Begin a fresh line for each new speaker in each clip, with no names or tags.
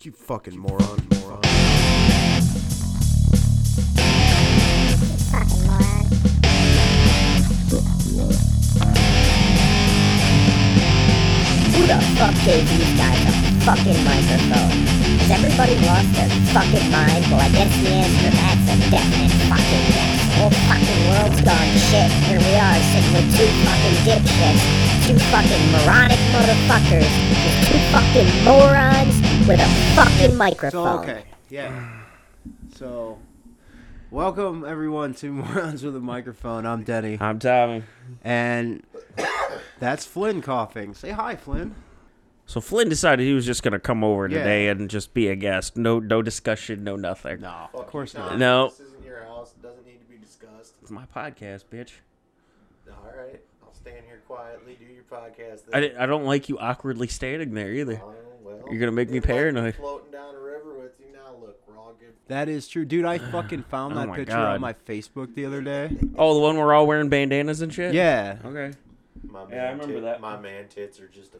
You fucking moron. moron.
Fucking moron. Who the fuck gave these guys a fucking microphone? Has everybody lost their fucking mind? Well, I guess the answer to that's a definite fucking yes. The whole fucking world's gone to shit. Here we are sitting with two fucking dipshits, two fucking moronic motherfuckers, with two fucking morons with a fucking
So
microphone.
okay, yeah. So, welcome everyone to Morons with a Microphone. I'm Denny,
I'm Tommy.
and that's Flynn coughing. Say hi, Flynn.
So Flynn decided he was just gonna come over
Yeah.
today and just be a guest. No, no discussion, no nothing.
No, of course
Fuck
not.
you, Tom.
No.
This isn't your house. It doesn't need to be discussed.
It's my podcast, bitch.
All right. I'll stand here quietly, do your podcast.
I,
Then.
di- I don't like you awkwardly standing there either.
Oh, well.
You're gonna make me
It's like
paranoid.
Floating down a river with you now. Look, we're all good.
That is true, dude. I fucking found
Oh
that
my
picture on
God.
my Facebook the other day.
Oh, the one we're all wearing bandanas and shit.
Yeah.
Okay.
My man
Yeah, I remember
tit-
that.
My man tits are just a.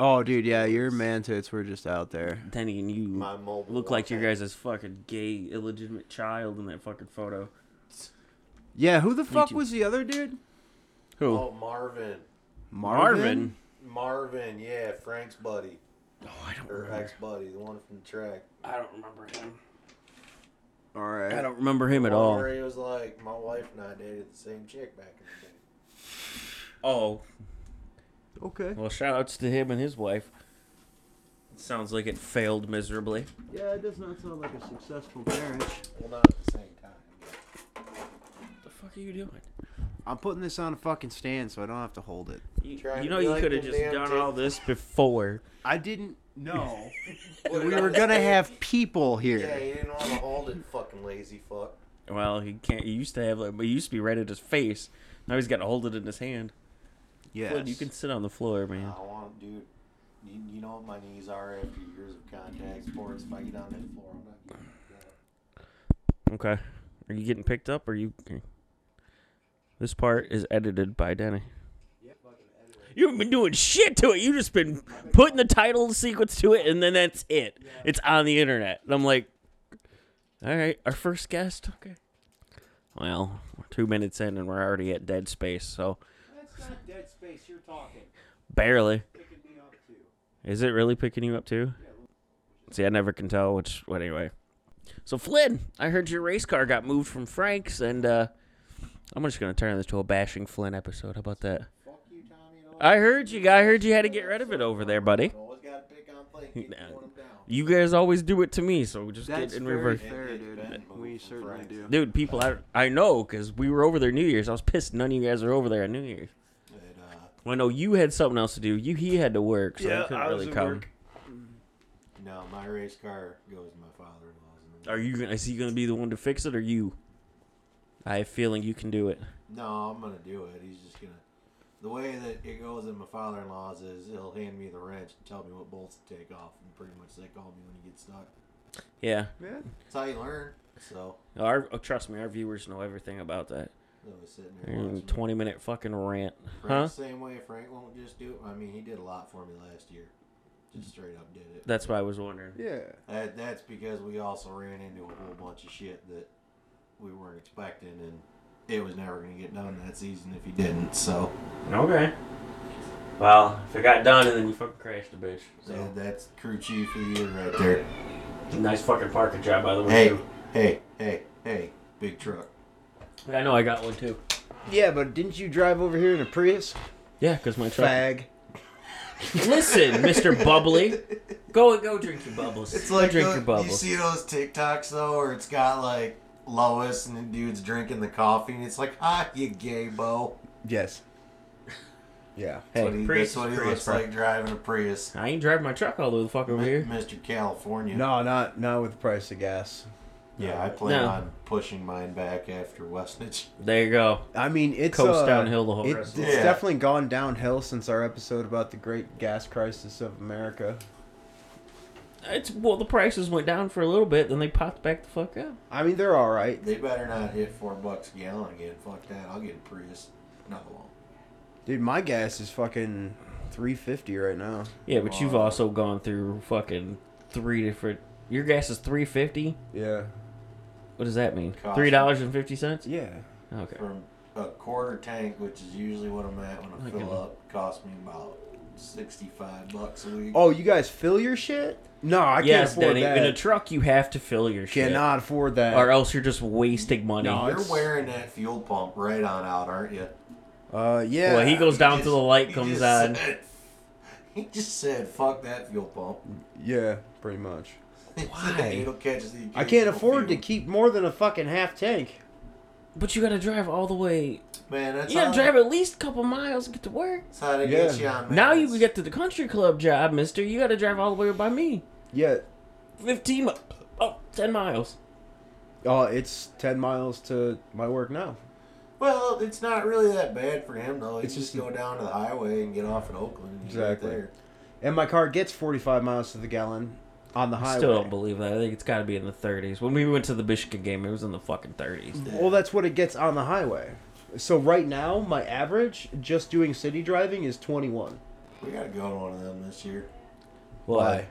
Oh, dude, yeah, your man tits were just out there.
Denny and you
My mobile.
look like your
wife.
guys' fucking gay illegitimate child in that fucking photo.
Yeah, who the fuck
too.
was the other dude?
Who?
Oh, Marvin.
Marvin.
Marvin, yeah, Frank's buddy
Oh, I don't
or
remember.
ex buddy, the one from the track.
I don't remember him.
All
I
right.
don't remember him at
One
all.
Where he was like, my wife and I dated the same chick back in the day.
Oh,
Okay.
well, shout outs to him and his wife. Sounds like it failed miserably.
Yeah, it does not sound like a successful marriage.
Well, not at the same time.
What the fuck are you doing?
I'm putting this on a fucking stand so I don't have to hold it.
You,
Trying
you
to
know
be
you
like
could have
them
just
damn
done
tits.
all this before.
I didn't know that we were gonna have people
Yeah,
here.
he didn't want to hold it, fucking lazy fuck.
Well, he can't. He used to have like, he used to be right at his face. Now he's got to hold it in his hand. Flynn,
Yes.
you can sit on the floor, man.
I want to do. You, you know what my knees are after years of contact sports. If I get on that floor, I'm not. Getting,
Okay. Are you getting picked up? Or are you? This part is edited by Denny. You haven't been doing shit to it. You just been putting the title sequence to it, and then that's it. It's on the internet. And I'm like, all right, our first guest. Okay. Well, we're two minutes in, and we're already at dead space. So
That's not dead space. You're talking.
barely.
Picking me up too.
Is it really picking you up too? See, I never can tell which. What anyway? So Flynn, I heard your race car got moved from Frank's, and uh, I'm just gonna turn this to a bashing Flynn episode. How about that?
fuck you, Tommy. And all
I heard you. I heard you had to get rid of it over there, buddy.
You always got to pick on Blake. Keep
Nah.
throwing him down.
You guys always do it to me, so just
That's
get in
very
reverse.
fair, dude.
Ben
We
moved from
certainly
France.
do.
Dude, people, I I know, cause we were over there New Year's. I was pissed none of you guys were over there at New Year's.
But, uh,
Well, I know you had something else to do. You he had to work, so you couldn't really come.
no, my race car goes to my father-in-law's.
Are you gonna? Is he gonna be the one to fix it, or you? I have a feeling you can do it.
No, I'm gonna do it. He's just gonna. The way that it goes in my father-in-law's is he'll hand me the wrench and tell me what bolts to take off, and pretty much they call me when you get stuck.
Yeah.
Yeah.
That's how you learn. So
Our oh, trust me, our viewers know everything about that.
I was sitting there. watching
Mm,
it.
Twenty minute fucking rant, huh?
Frank, Same way Frank won't just do it. I mean, he did a lot for me last year. Just straight up did it.
That's what I was wondering.
Yeah.
That, that's because we also ran into a whole bunch of shit that we weren't expecting, and it was never going to get done that season if he didn't. So,
Okay. Well, if it got done and then you fucking crashed the bitch.
yeah, that's crew chief of the year right there.
nice fucking parking job by the
Hey, hey, hey, hey, big truck.
I know I got one too.
Yeah, but didn't you drive over here in a Prius?
Yeah, cause my truck.
Fag.
Listen, Mister Bubbly, go go drink your bubbles.
It's
go
like
drink
those-
your
you
bubbles.
see those TikToks though, where it's got like Lois and the dude's drinking the coffee, and it's like, ah, you gay bo.
Yes. Yeah.
Hey,
That's what he,
Prius
that's what he
is Prius,
looks
bro.
like driving a Prius.
I ain't driving my truck all the way the fuck over here.
Mr. California.
No, not not with the price of gas.
Yeah, I plan
No.
on pushing mine back after Westnich.
There you go.
I mean, it's
Coast
uh,
downhill the whole
it- It's
rest of
it. Yeah.
definitely gone downhill since our episode about the great gas crisis of America.
It's well, the prices went down for a little bit, then they popped back the fuck up.
I mean, they're all right.
They better not hit four bucks a gallon again. Fuck that. I'll get a Prius. No, I won't.
Dude, my gas is fucking 350 right now.
Yeah, but you've also gone through fucking three different. Your gas is three fifty.
Yeah.
What does that mean?
Cost.
Three dollars and fifty cents.
Yeah.
Okay.
From a quarter tank, which is usually what I'm at when I
Like
fill
a-
up, cost me about sixty-five bucks a week.
Oh, you guys fill your shit? No, I can't
yes,
afford
Denny.
that.
In a truck, you have to fill your shit,
Cannot afford that.
or else you're just wasting money.
No,
You're
it's-
wearing that fuel pump right on out, aren't you?
Uh, yeah.
Well, he goes down
He
to the
just-
light
he
comes
just
on.
said- he just said, "Fuck that fuel pump."
Yeah, pretty much.
Why?
Needle catches the
I can't
occasional
afford to
fuel.
keep more than a fucking half tank.
But you gotta drive all the way.
Man, that's
you gotta
how,
drive at least a couple miles to get to work.
That's how they
Yeah.
get you on.
Now you
maintenance.
can get to the country club job, mister. You gotta drive all the way by me.
Yeah.
15 mi- oh, 10 miles.
Oh, it's ten miles to my work now.
Well, it's not really that bad for him though. He
It's
just
just-
go down to the highway and get off in Oakland. And he's
Exactly.
Right there.
And my car gets forty-five miles to the gallon on the highway.
I still don't believe that. I think it's gotta be in the 30s. When we went to the Michigan game, it was in the fucking 30s.
Well, that's what it gets on the highway. So right now, my average just doing city driving is 21.
We gotta go to one of them this year.
Why?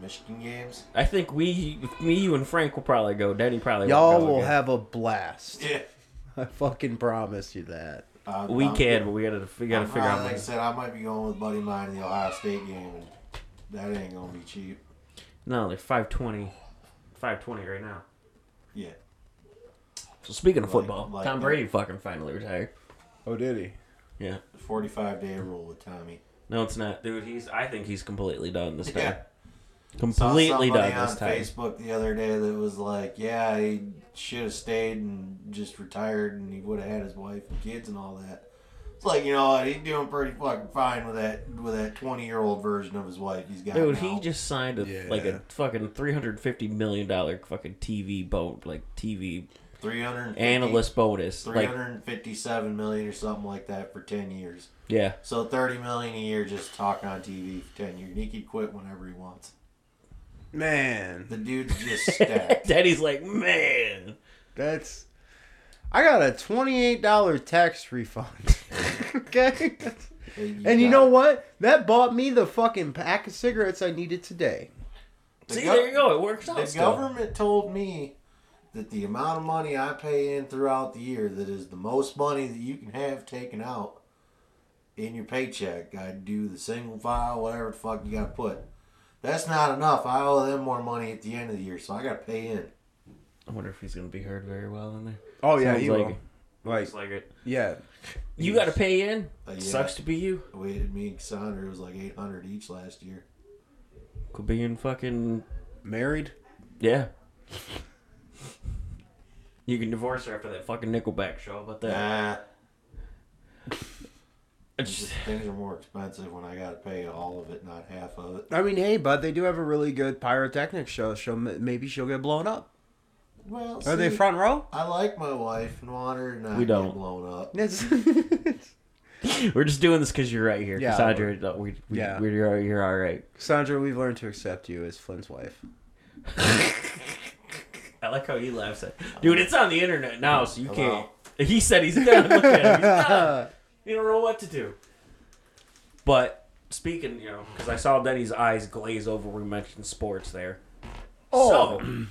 Michigan games.
I think we, me, you, and Frank will probably go. Denny probably
Y'all
won't go
will
again.
have a blast.
Yeah.
I fucking promise you that.
Uh,
We
I'm-
can, but we gotta, we gotta
I'm-
figure out.
Like I
Ways.
said, I might be going with buddy of mine to the Ohio State game, and that ain't gonna be cheap.
No, they're 520, 520 right now.
Yeah.
So speaking of
Like-
football,
like
Tom
that.
Brady fucking finally retired.
Oh, did he?
Yeah.
The 45 day rule with Tommy.
No, it's not, dude. He's. I think he's completely done this time.
Yeah. Saw
Completely
somebody
done this
on
time.
Facebook the other day that was like, yeah, he should have stayed and just retired and he would have had his wife and kids and all that. It's like, you know what, he's doing pretty fucking fine with that with that 20 year old version of his wife he's got.
Dude,
now.
he just signed a like
Yeah.
a fucking three hundred fifty million dollar fucking TV bo like TV
350
analyst bonus. Like,
357 million or something like that for 10 years.
yeah,
So 30 million a year just talking on TV for 10 years. And he could quit whenever he wants.
Man,
The dude's just stacked.
Daddy's like, man,
that's. I got a twenty-eight dollar tax refund. okay. And you
got-
know what? That bought me the fucking pack of cigarettes I needed today.
the
see,
gov-
there you go, it works
The
out. Still.
government told me that the amount of money I pay in throughout the year, that is the most money that you can have taken out in your paycheck. I do the single file, whatever the fuck you got to put. That's not enough. I owe them more money at the end of the year, so I got to pay in.
I wonder if he's gonna be heard very well in there.
Oh
Sounds
you
like
will.
it.
Like,
It's like it.
yeah.
You got to pay in.
Uh, yeah.
Sucks to be you.
We, me and Cassandra, it was like 800 each last year.
Could be in fucking
Married.
yeah. You can divorce her after that fucking Nickelback show. uh, About that.
Nah,
It's
just,
just-
things are more expensive when I got to pay all of it, not half of it.
I mean, hey, bud, they do have a really good pyrotechnics show. So m- maybe she'll get blown up.
Well,
Are they
see,
front row?
I like my wife and want her to not
We don't.
get blown up.
That's
We're just doing this because you're right here,
Yeah.
Cassandra. uh, We, we,
Yeah.
we, you're, you're all right.
Sandra, we've learned to accept you as Flynn's wife.
I like how he laughs at Dude, it's on the internet now, so you
Hello.
can't. He said he's done. Look at him. He's done. You don't know what to do. But speaking, you know, because I saw Denny's eyes glaze over when we mentioned sports there.
Oh.
So,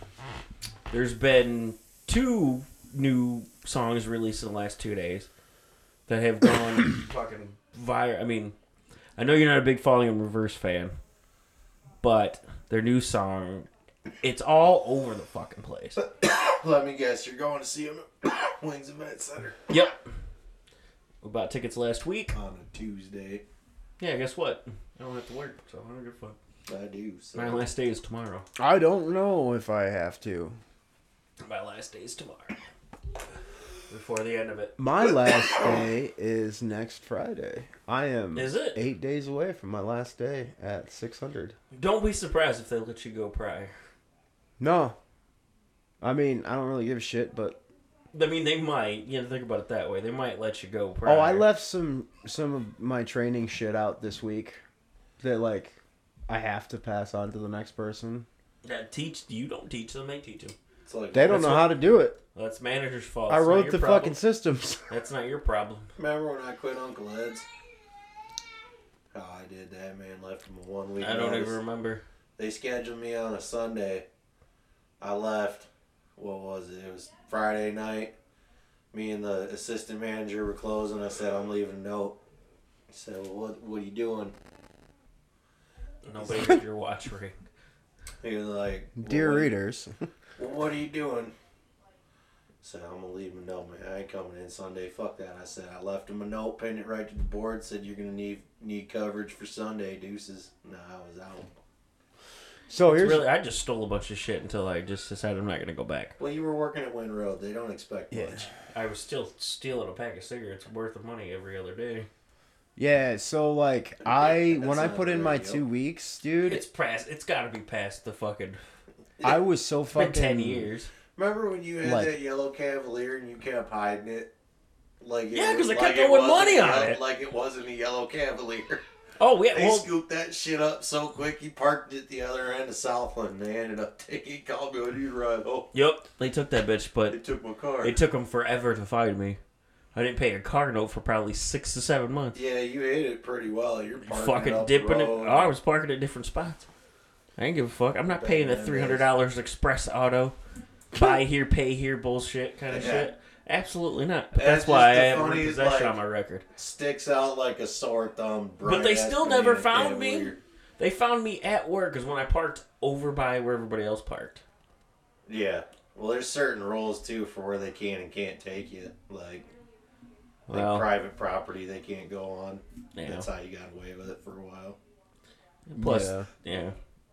there's been two new songs released in the last two days that have gone fucking viral. I mean, I know you're not a big Falling in Reverse fan, but their new song, it's all over the fucking place.
Let me guess, you're going to see him at Wings Event Center
Yep. We bought tickets last week.
on a Tuesday.
Yeah, guess what? I don't have to work, so I don't give a fuck.
I do.
My
So.
last day is tomorrow.
I don't know if I have to.
My last day is tomorrow. Before the end of it.
My last day is next Friday. I am
Is it?
eight days away from my last day at 600.
Don't be surprised if they let you go prior.
No. I mean, I don't really give a shit, but
I mean, they might. You know, think about it that way. They might let you go prior.
oh, I left some some of my training shit out this week that like I have to pass on to the next person.
That teach you don't teach them. They teach them.
It's like,
They don't
That's
know
what-
how to do it.
Well, that's manager's fault.
I
It's not
wrote
your
the
problem.
fucking systems.
That's not your problem.
remember when I quit Uncle Ed's? Oh, I did that, man. Left him a one week.
I don't
notice.
even remember.
They scheduled me on a Sunday. I left. What was it? It was Friday night. Me and the assistant manager were closing. I said, "I'm leaving a note." He said, well, "What? What are you doing?"
Nobody did your watch ring.
He was like, well,
Dear
what-
readers,
Well, what are you doing? Said I'm gonna leave him a note, man. I ain't coming in Sunday. Fuck that. I said I left him a note, pinned it right to the board. Said you're gonna need need coverage for Sunday. Deuces. Nah, I was out.
so
It's
here's
really, I just stole a bunch of shit until I just decided I'm not gonna go back.
Well, you were working at Wynn Road. They don't expect much.
I was still stealing a pack of cigarettes worth of money every other day.
yeah. So like I
That's
when I
not
put in
a
my
good
two
deal.
weeks, dude,
It's past. It's got to be past the fucking.
I was so
Fucking
fucking
ten years.
Remember when you had
Like-
that yellow Cavalier and you kept hiding it? Like it
Yeah,
was-
'cause I
like
kept
it
owing
wasn't
money
a
on
yellow-
it.
Like it wasn't a yellow Cavalier.
Oh yeah.
They
Well,
scooped that shit up so quick. He parked at the other end of Southland. and They ended up taking. He called me when he arrived home.
yep. They took that bitch, but
They took my car.
it took them forever to find me. I didn't pay a car note for probably six to seven months.
Yeah, you hit it pretty well. You're parking
fucking
up
dipping
the
it.
road.
Oh, I was parking at different spots. I didn't give a fuck. I'm not paying that
Batman
three hundred dollars express auto, buy here, pay here bullshit kind of
Yeah.
shit. Absolutely not. But
That's
that's, why I
just the
have
funniest,
repossession
like-
on my record.
Sticks out like a sore thumb.
But they
bright-ass
still never
banana
found me.
cavalier.
They found me at work because when I parked over by where everybody else parked.
Yeah. Well, there's certain rules too for where they can and can't take you. Like, like
Well,
private property, they can't go on.
yeah.
That's how you got away with it for a while.
plus,
Yeah.
yeah.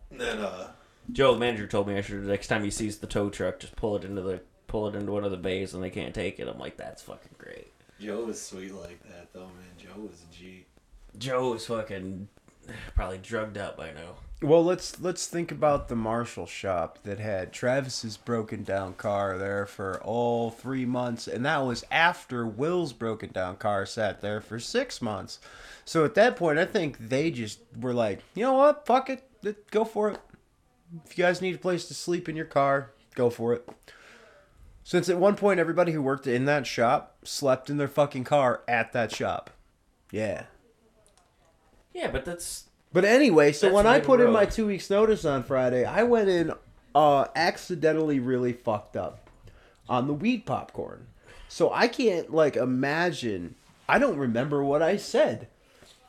And then, uh,
Joe, the manager, told me I should. Next time he sees the tow truck, just pull it into the pull it into one of the bays, and they can't take it. I'm like, that's fucking great.
Joe was sweet like that though, man. Joe was a G.
Joe is fucking probably drugged up by now.
Well, let's let's think about the Marshall shop that had Travis's broken down car there for all three months, and that was after Will's broken down car sat there for six months. So at that point, I think they just were like, you know what, fuck it, Th- go for it. If you guys need a place to sleep in your car, go for it. Since at one point everybody who worked in that shop slept in their fucking car at that shop. Yeah.
Yeah, but that's
But anyway, so
That's
when I
right
put in
road.
my two weeks notice on Friday, I went in uh, accidentally really fucked up on the weed popcorn. So I can't like imagine. I don't remember what I said.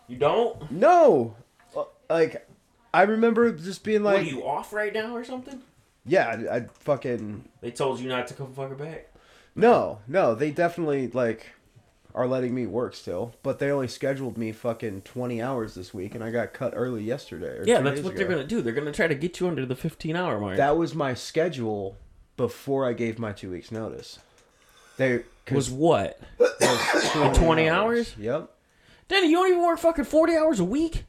you don't.
No, Uh, like I remember just being
What are
like,
you off right now or something?
"Yeah, I, I fucking
They told you not to come fucking back.
no, no." They definitely like are letting me work still, but they only scheduled me fucking twenty hours this week, and I got cut early yesterday. or
Yeah,
two
that's
days
what
ago.
they're gonna do. They're gonna try to get you under the 15 hour mark.
That was my schedule before I gave my two weeks notice. They
was
'cause
what?
it was 20,
20 hours?
Yep,
Danny, you don't even work fucking 40 hours a week.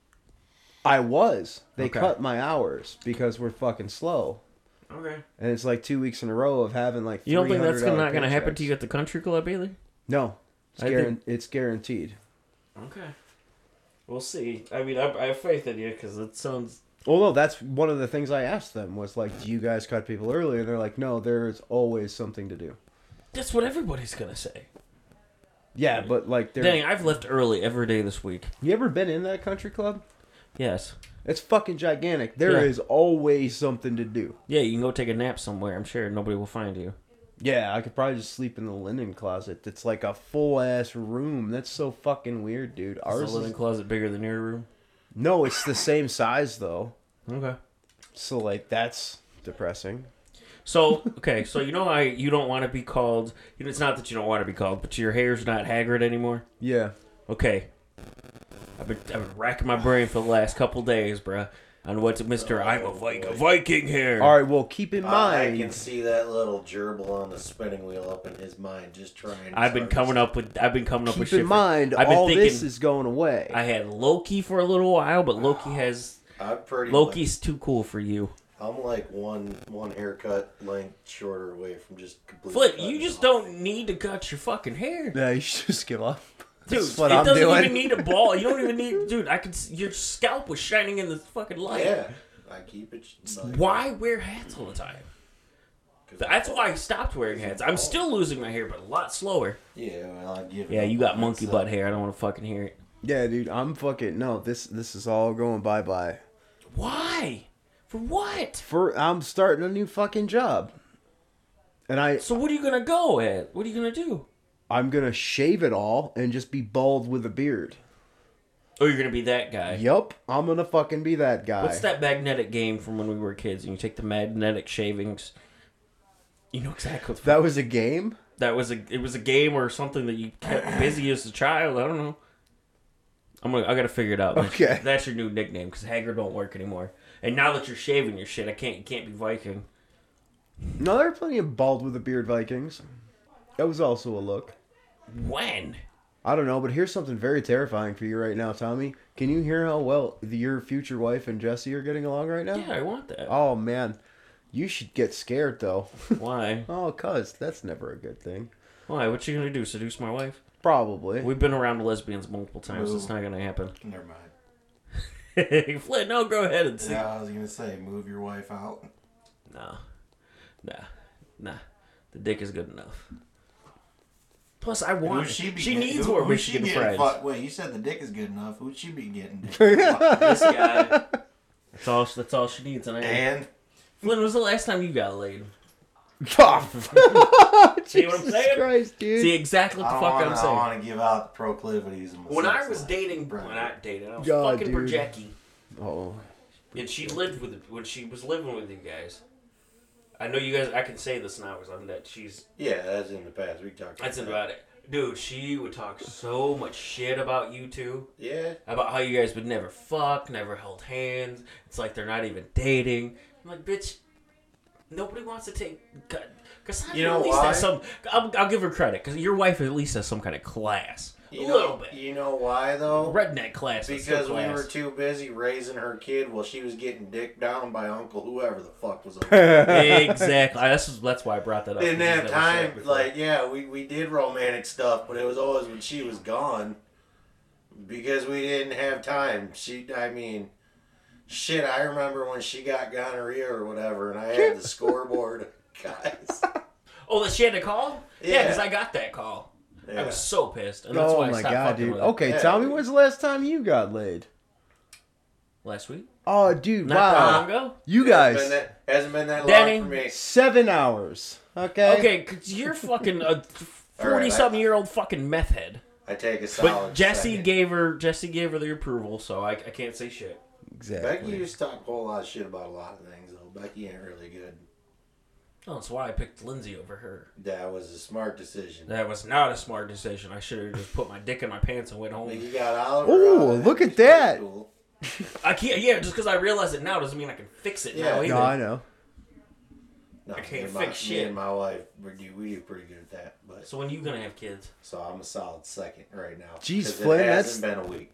I was. They
Okay.
cut my hours because we're fucking slow,
Okay.
and it's like two weeks in a row of having like.
You don't think that's gonna,
$300
not gonna happen
paychecks.
to you at the country club either?
No, it's,
I
guaran-
think-
it's guaranteed.
Okay. We'll see. I mean, I, I have faith in you because it sounds.
Well, no, that's one of the things I asked them was like, "Do you guys cut people early?" And they're like, "No, there's always something to do."
That's what everybody's gonna say.
Yeah, but like, they're...
Danny, I've left early every day this week.
you ever been in that country club?
Yes.
It's fucking gigantic. There
Yeah.
is always something to do.
Yeah, you can go take a nap somewhere. I'm sure nobody will find you.
Yeah, I could probably just sleep in the linen closet. That's like a full ass room. That's so fucking weird, dude.
Is
Ours
the
is-
linen closet bigger than your room?
no, it's the same size though.
Okay.
So like that's depressing.
So okay, so you know I you don't want to be called. You know, it's not that you don't want to be called, but your hair's not Hagrid anymore.
Yeah.
Okay, I've been I've been racking my brain for the last couple days, bruh, on what's Mister I'm a Viking Viking hair.
All right. Well, keep in
I can
mind.
see that little gerbil on the spinning wheel up in his mind, just trying. to
I've been
harvest
coming up with I've been coming up with
Keep
shit.
in
for-
mind,
I've been
all
thinking
this is going away.
I had Loki for a little while, but Loki has
I'm pretty
Loki's too cool for you.
I'm like one one haircut length shorter away from just completely.
Flip,
cutting
you just
off.
don't need to cut your fucking hair.
yeah, you should just give up.
Dude,
That's what
it
I'm
doesn't
doing.
even need a ball. You don't even need, dude. I could. s- Your scalp was shining in the fucking light.
Yeah, I keep it. sh- Like,
Why wear hats all the time? That's why I stopped wearing hats. I'm still losing my hair, but a lot slower.
Yeah, well, I give. it
Yeah,
up
you got
on
monkey
myself.
butt hair. I don't want to fucking hear it.
Yeah, dude. I'm fucking no. This this is all going bye bye.
Why? For what?
For I'm starting a new fucking job. And I
So what are you gonna go at? What are you gonna do?
I'm going to shave it all and just be bald with a beard.
Oh, you're gonna be that guy.
Yup, I'm going to fucking be that guy.
What's that magnetic game from when we were kids? And you take the magnetic shavings. You know exactly. What the
That was a game?
that was a it was a game or something that you kept busy as a child. I don't know. I'm gonna I gotta figure it out. That's-
Okay.
that's your new nickname because Haggard don't work anymore. And now that you're shaving your shit, I can't you can't be Viking.
No, there are plenty of bald with a beard Vikings. That was also a look.
When?
I don't know, but here's something very terrifying for you right now, Tommy. Can you hear how well the, your future wife and Jesse are getting along right now?
Yeah, I want that.
Oh man, you should get scared though.
Why?
oh, cuz that's never a good thing.
Why? What you gonna do? Seduce my wife?
Probably.
We've been around lesbians multiple times. It's not gonna happen.
Never mind.
Flint, no, go ahead and see.
Yeah, I was gonna say, move your wife out.
No. Nah. Nah. The dick is good enough. Plus, I want.
Who'd
She,
be
she
get-
needs
who-
more
who'd
Michigan
get
friends.
fucked- Wait, you said the dick is good enough. Who'd she be getting? dick fucked?
This guy. That's all. That's all she needs. And I.
and
Flynn, was the last time you got laid? See what I'm
Oh, Jesus
saying?
Christ, dude.
See exactly what
I
the
don't
fuck
wanna-
I'm
I don't
saying.
want to give out the proclivities. Of my
When I
sex
was
life.
dating,
Right.
when I dated, I was
God,
fucking for
dude.
Jackie,
oh,
and she lived with when she was living with you guys. I know you guys. I can say this now because I'm that she's
Yeah, that's in the past. We talked.
That's about it. Dude, she would talk so much shit about you two.
Yeah.
About how you guys would never fuck, never held hands. It's like they're not even dating. I'm like, bitch, nobody wants to take. Cassandra
You know
at least
why?
has some. I'll, I'll give her credit, because your wife at least has some kind of class.
You
a
know,
little bit.
You know why though?
Redneck class. but still
Because we
class.
were too busy raising her kid while she was getting dicked down by Uncle whoever the fuck was. over.
exactly. That's, that's why I brought that up.
Didn't
'cause we've
have
never shared
time.
before.
Like, yeah, we, we did romantic stuff, but it was always when she was gone. Because we didn't have time. She, I mean, shit. I remember when she got gonorrhea or whatever, and I had the scoreboard. Guys,
Oh, that she had to call? Yeah,
Yeah.
because I got that call. I
Yeah.
was so pissed. And that's why
oh
I
my
stopped
god,
fucking
dude.
with her.
Okay,
Yeah.
Tommy, when's the last time you got laid?
Last week?
Oh, dude,
Not that long
wow.
ago?
You
hasn't been
guys,
that, hasn't been that
Danny.
long for me.
seven hours. Okay.
Okay, because you're fucking a
All right, I-
forty-something year old fucking meth head.
I take a
But
solid.
Jesse
second.
gave her Jesse gave her the approval, so I, I can't say shit.
Exactly.
Becky used to talk a whole lot of shit about a lot of things, though. Becky ain't really good.
Oh, that's why I picked Lindsay over her.
That was a smart decision.
That was not a smart decision. I should have just put my dick in my pants and went home.
You got Oliver.
Ooh,
out of it,
look at
which is pretty
that.
cool.
I can't. Yeah, just because I realize it now doesn't mean I can fix it now
Yeah.
either.
No, I know.
No, I
can't
can't
fix
my,
shit.
Me and my wife, we do, we do pretty good at that. But
So when you gonna have kids?
so I'm a solid second right now.
Jeez,
'Cause
Flynn,
it hasn't
that's-
been a week.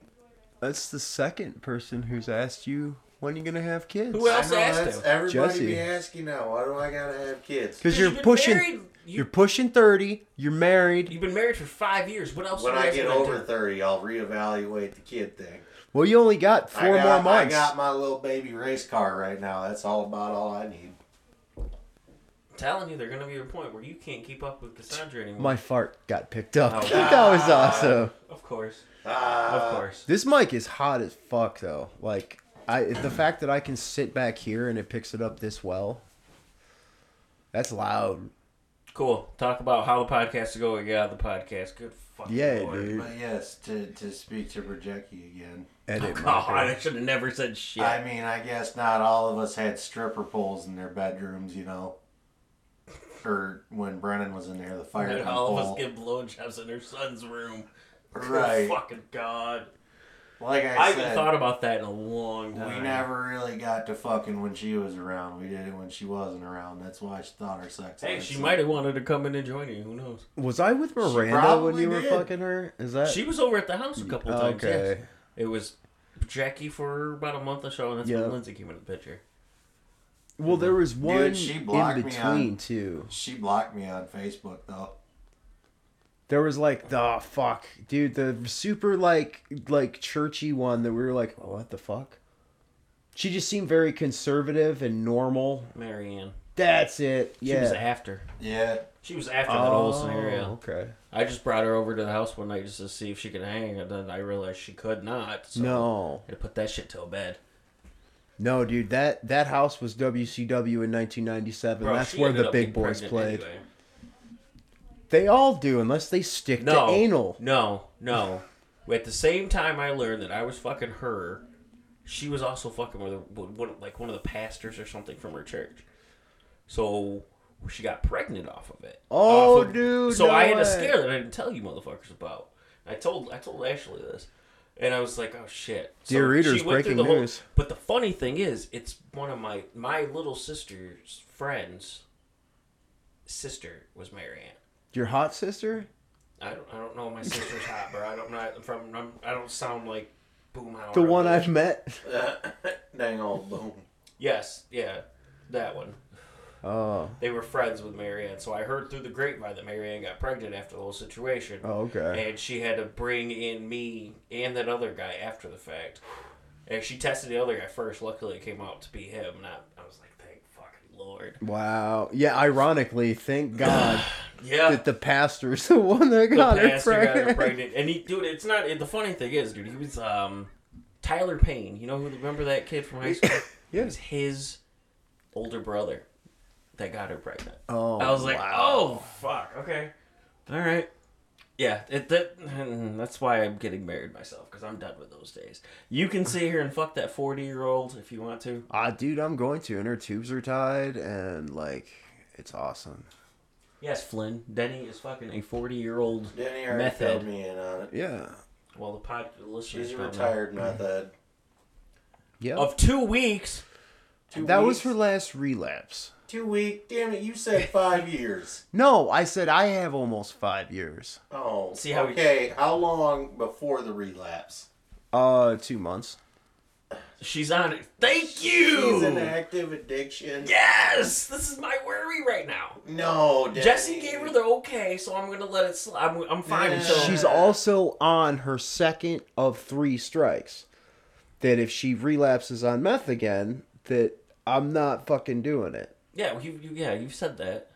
That's the second person who's asked you when you're gonna have kids.
Who else
I know
asked
that's
him?
everybody
Jesse.
be asking now. Why do I gotta have kids?
Because
Dude,
you're
you've been
pushing,
married- you-
you're pushing thirty. You're married.
You've been married for five years. What else?
When
do you
I
guys
get
wanna
over
do?
thirty, I'll reevaluate the kid thing.
Well, you only got
I
four
got,
more months.
I got my little baby race car right now. That's all about all I need.
I'm telling you, there's gonna be a point where you can't keep up with Cassandra anymore.
My fart got picked up.
Oh,
that was awesome.
Of course,
Ah,
of course.
This mic is hot as fuck, though. Like, I the fact that I can sit back here and it picks it up this well. That's loud.
Cool. Talk about how the podcast is going. Yeah, the podcast. Good fucking
Yeah,
lord.
dude.
But yes, to, to speak to Berjecki again.
Edit.
God,
motherfucker.
I should have never said shit.
I mean, I guess not all of us had stripper poles in their bedrooms, you know. Or when Brennan was in there, the fire
Dude,
pole.
all of us give blowjobs in her son's room.
right.
Oh, fucking god.
Like I,
I haven't
said,
thought about that in a long time.
we never really got to fucking when she was around. We did it when she wasn't around. That's why she thought her sex.
Hey,
life
she
sucked.
might have wanted to come in and join you. Who knows?
Was I with Miranda when
probably
you were
did.
fucking her? Is that
She was over at the house a couple of times.
Okay.
yes. It was Jackie for about a month or so, and that's
Yeah.
when Lindsay came in the picture.
Well, there was one
she blocked
in
me
between
on-
too.
She blocked me on Facebook though.
There was like the oh, fuck, dude, the super like like churchy one that we were like, oh, what the fuck? She just seemed very conservative and normal.
Marianne.
That's it.
She was
Yeah.
after.
Yeah,
She was after that
oh,
whole scenario.
okay.
I just brought her over to the house one night just to see if she could hang, and then I realized she could not. So
No.
I put that shit to bed.
No, dude, that that house was WCW in 1997.
Bro,
That's
she
where
ended
the
up
big
getting
boys
pregnant
played.
anyway.
They all do, unless they stick
No,
to anal.
No, no. At the same time, I learned that I was fucking her. She was also fucking with with one, like one of the pastors or something from her church. So she got pregnant off of it.
Oh,
Off of-
dude,
So
no
I had
way.
a scare that I didn't tell you motherfuckers about. I told I told Ashley this, and I was like, "Oh shit!" So
Dear readers,
she went through
breaking
the whole-
news.
but the funny thing is, it's one of my my little sister's friends. Sister was my aunt.
Your hot sister?
I don't, I don't know my sister's hot, bro. I don't know I'm from I'm, I don't sound like Boomhauer.
The one I've met?
Dang old boom.
Yes, yeah, that one.
Oh,
They were friends with Marianne, so I heard through the grapevine that Marianne got pregnant after the whole situation.
oh okay.
And she had to bring in me and that other guy after the fact. And she tested the other guy first. Luckily, it came out to be him. And I, I was like, thank fucking lord.
Wow. Yeah, ironically, thank God
Yeah.
that the pastor's the one that got,
the
her,
pastor
pregnant.
got her pregnant. And he, dude, it's not. the funny thing is, dude, he was um, Tyler Payne. You know who? Remember that kid from high school?
Yeah.
It was his older brother that got her pregnant.
Oh,
I was like,
wow.
oh fuck, okay, all right. Yeah, it, that mm, that's why I'm getting married myself because I'm done with those days. You can sit here and fuck that forty year old if you want to.
Ah, dude, I'm going to, and her tubes are tied, and like, it's awesome.
Yes, Flynn, Denny is fucking a forty year old.
Denny already
Meth
filled
head.
me in on it.
Yeah.
Well, the pod the listeners
She's a
don't know.
retired meth head.
Yeah.
of two weeks.
Two
that was
weeks?
her last relapse.
Two week. Damn it! You said five years.
No, I said I have almost five years.
Oh.
See how we-
Okay. How long before the relapse?
Uh, two months.
She's on it. Thank
She's an
you.
active addiction.
Yes, this is my worry right now.
No, Denny.
Jesse gave her the okay, so I'm gonna let it slide. I'm, I'm fine
Yeah.
until
She's also on her second of three strikes. That if she relapses on meth again, that I'm not fucking doing it.
yeah. You, you yeah, you said that.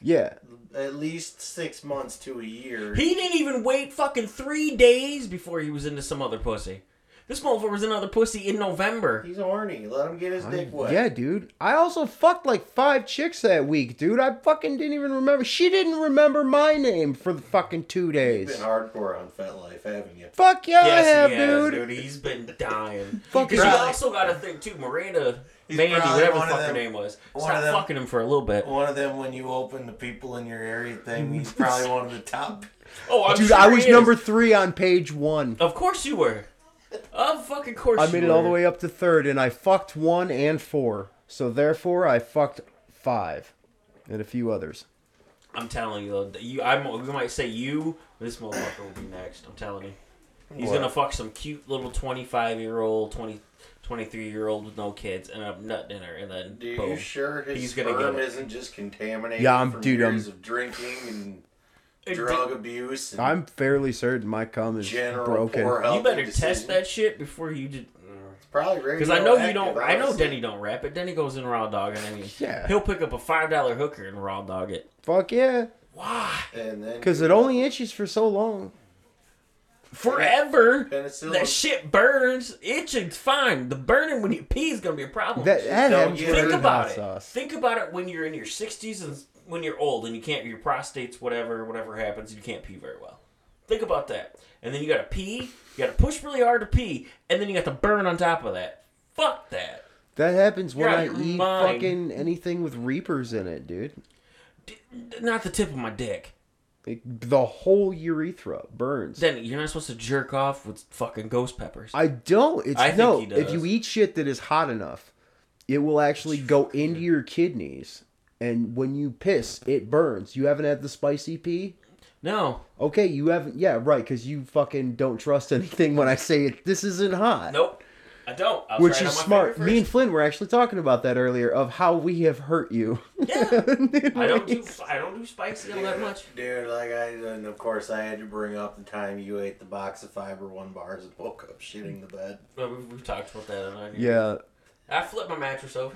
Yeah.
at least six months to a year.
He didn't even wait fucking three days before he was into some other pussy. This motherfucker was another pussy in November.
He's horny. Let him get his dick wet.
Yeah, dude. I also fucked like five chicks that week, dude. I fucking didn't even remember. She didn't remember my name for the fucking two
You've
days.
been hardcore on FetLife, haven't you?
Fuck yeah,
yes,
I have,
he has,
dude.
dude. He's been dying.
Fucking
Because you
right.
also got to think too, Miranda,
He's
Mandy,
probably
whatever the
one of
fuck her
them-
name was,
one of
stopped
them-
fucking him for a little bit.
One of them, when you open the people in your area thing, he's probably one of the top.
Oh, I'm
Dude,
sure
I was
he is.
number three on page one.
Of course you were. Of fucking course
I
you
made it all the
were.
way up to third, and I fucked one and four. So therefore, I fucked five, and a few others.
I'm telling you, though, that you, I'm, we might say you, but this motherfucker will be next. I'm telling you. He's
What?
gonna fuck some cute little 25 year old, 20, 23 year old with no kids, and I'm nut dinner, and then
Dude, you
boom.
sure his
He's gonna
sperm
get it.
isn't just contaminated
Yeah, I'm-
from
dude, I'm-
years of drinking and
It
drug
did-
abuse and
I'm fairly certain my cum is
general
broken.
poor health?
you better test
decisions.
that shit before you did.
Probably
Because I know you don't.
radioactive,
I know
honestly.
Denny don't rap it. Denny goes in raw dog, and then he,
Yeah.
he'll pick up a five dollar hooker and raw dog it.
Fuck yeah,
Why?
And then
because it only itches for so long.
Forever.
Penicillin.
That shit burns. Itching's fine. The burning when you pee is gonna be a problem.
That that
don't
happens
get
for
it.
Think
hot
about it.
sauce.
Think about it when you're in your 60s and when you're old and you can't your prostate's whatever whatever happens you can't pee very well. Think about that. And then you got to pee, you got to push really hard to pee, and then you got to burn on top of that. Fuck that.
That happens when
You're out
I
of your
eat
mind.
fucking anything with reapers in it, dude.
Not the tip of my dick.
It- the whole urethra burns.
Then you're not supposed to jerk off with fucking ghost peppers.
I don't. It's
I think
no.
he does.
If you eat shit that is hot enough, it will actually go into your kidneys, and when you piss, it burns. You haven't had the spicy pee.
no.
Okay, you haven't. Yeah, right. Because you fucking don't trust anything when I say it. This isn't hot.
Nope. I don't. I'll
Which
try it
is
on my
smart.
finger
Me and
first.
Flynn were actually talking about that earlier of how we have hurt you.
Yeah. I don't do I don't do spicy all that much.
Dude, like I, and of course I had to bring up the time you ate the box of fiber one bars and woke up shitting the bed.
Well, We've, we've talked about that. on our-
yeah.
I flipped my mattress over.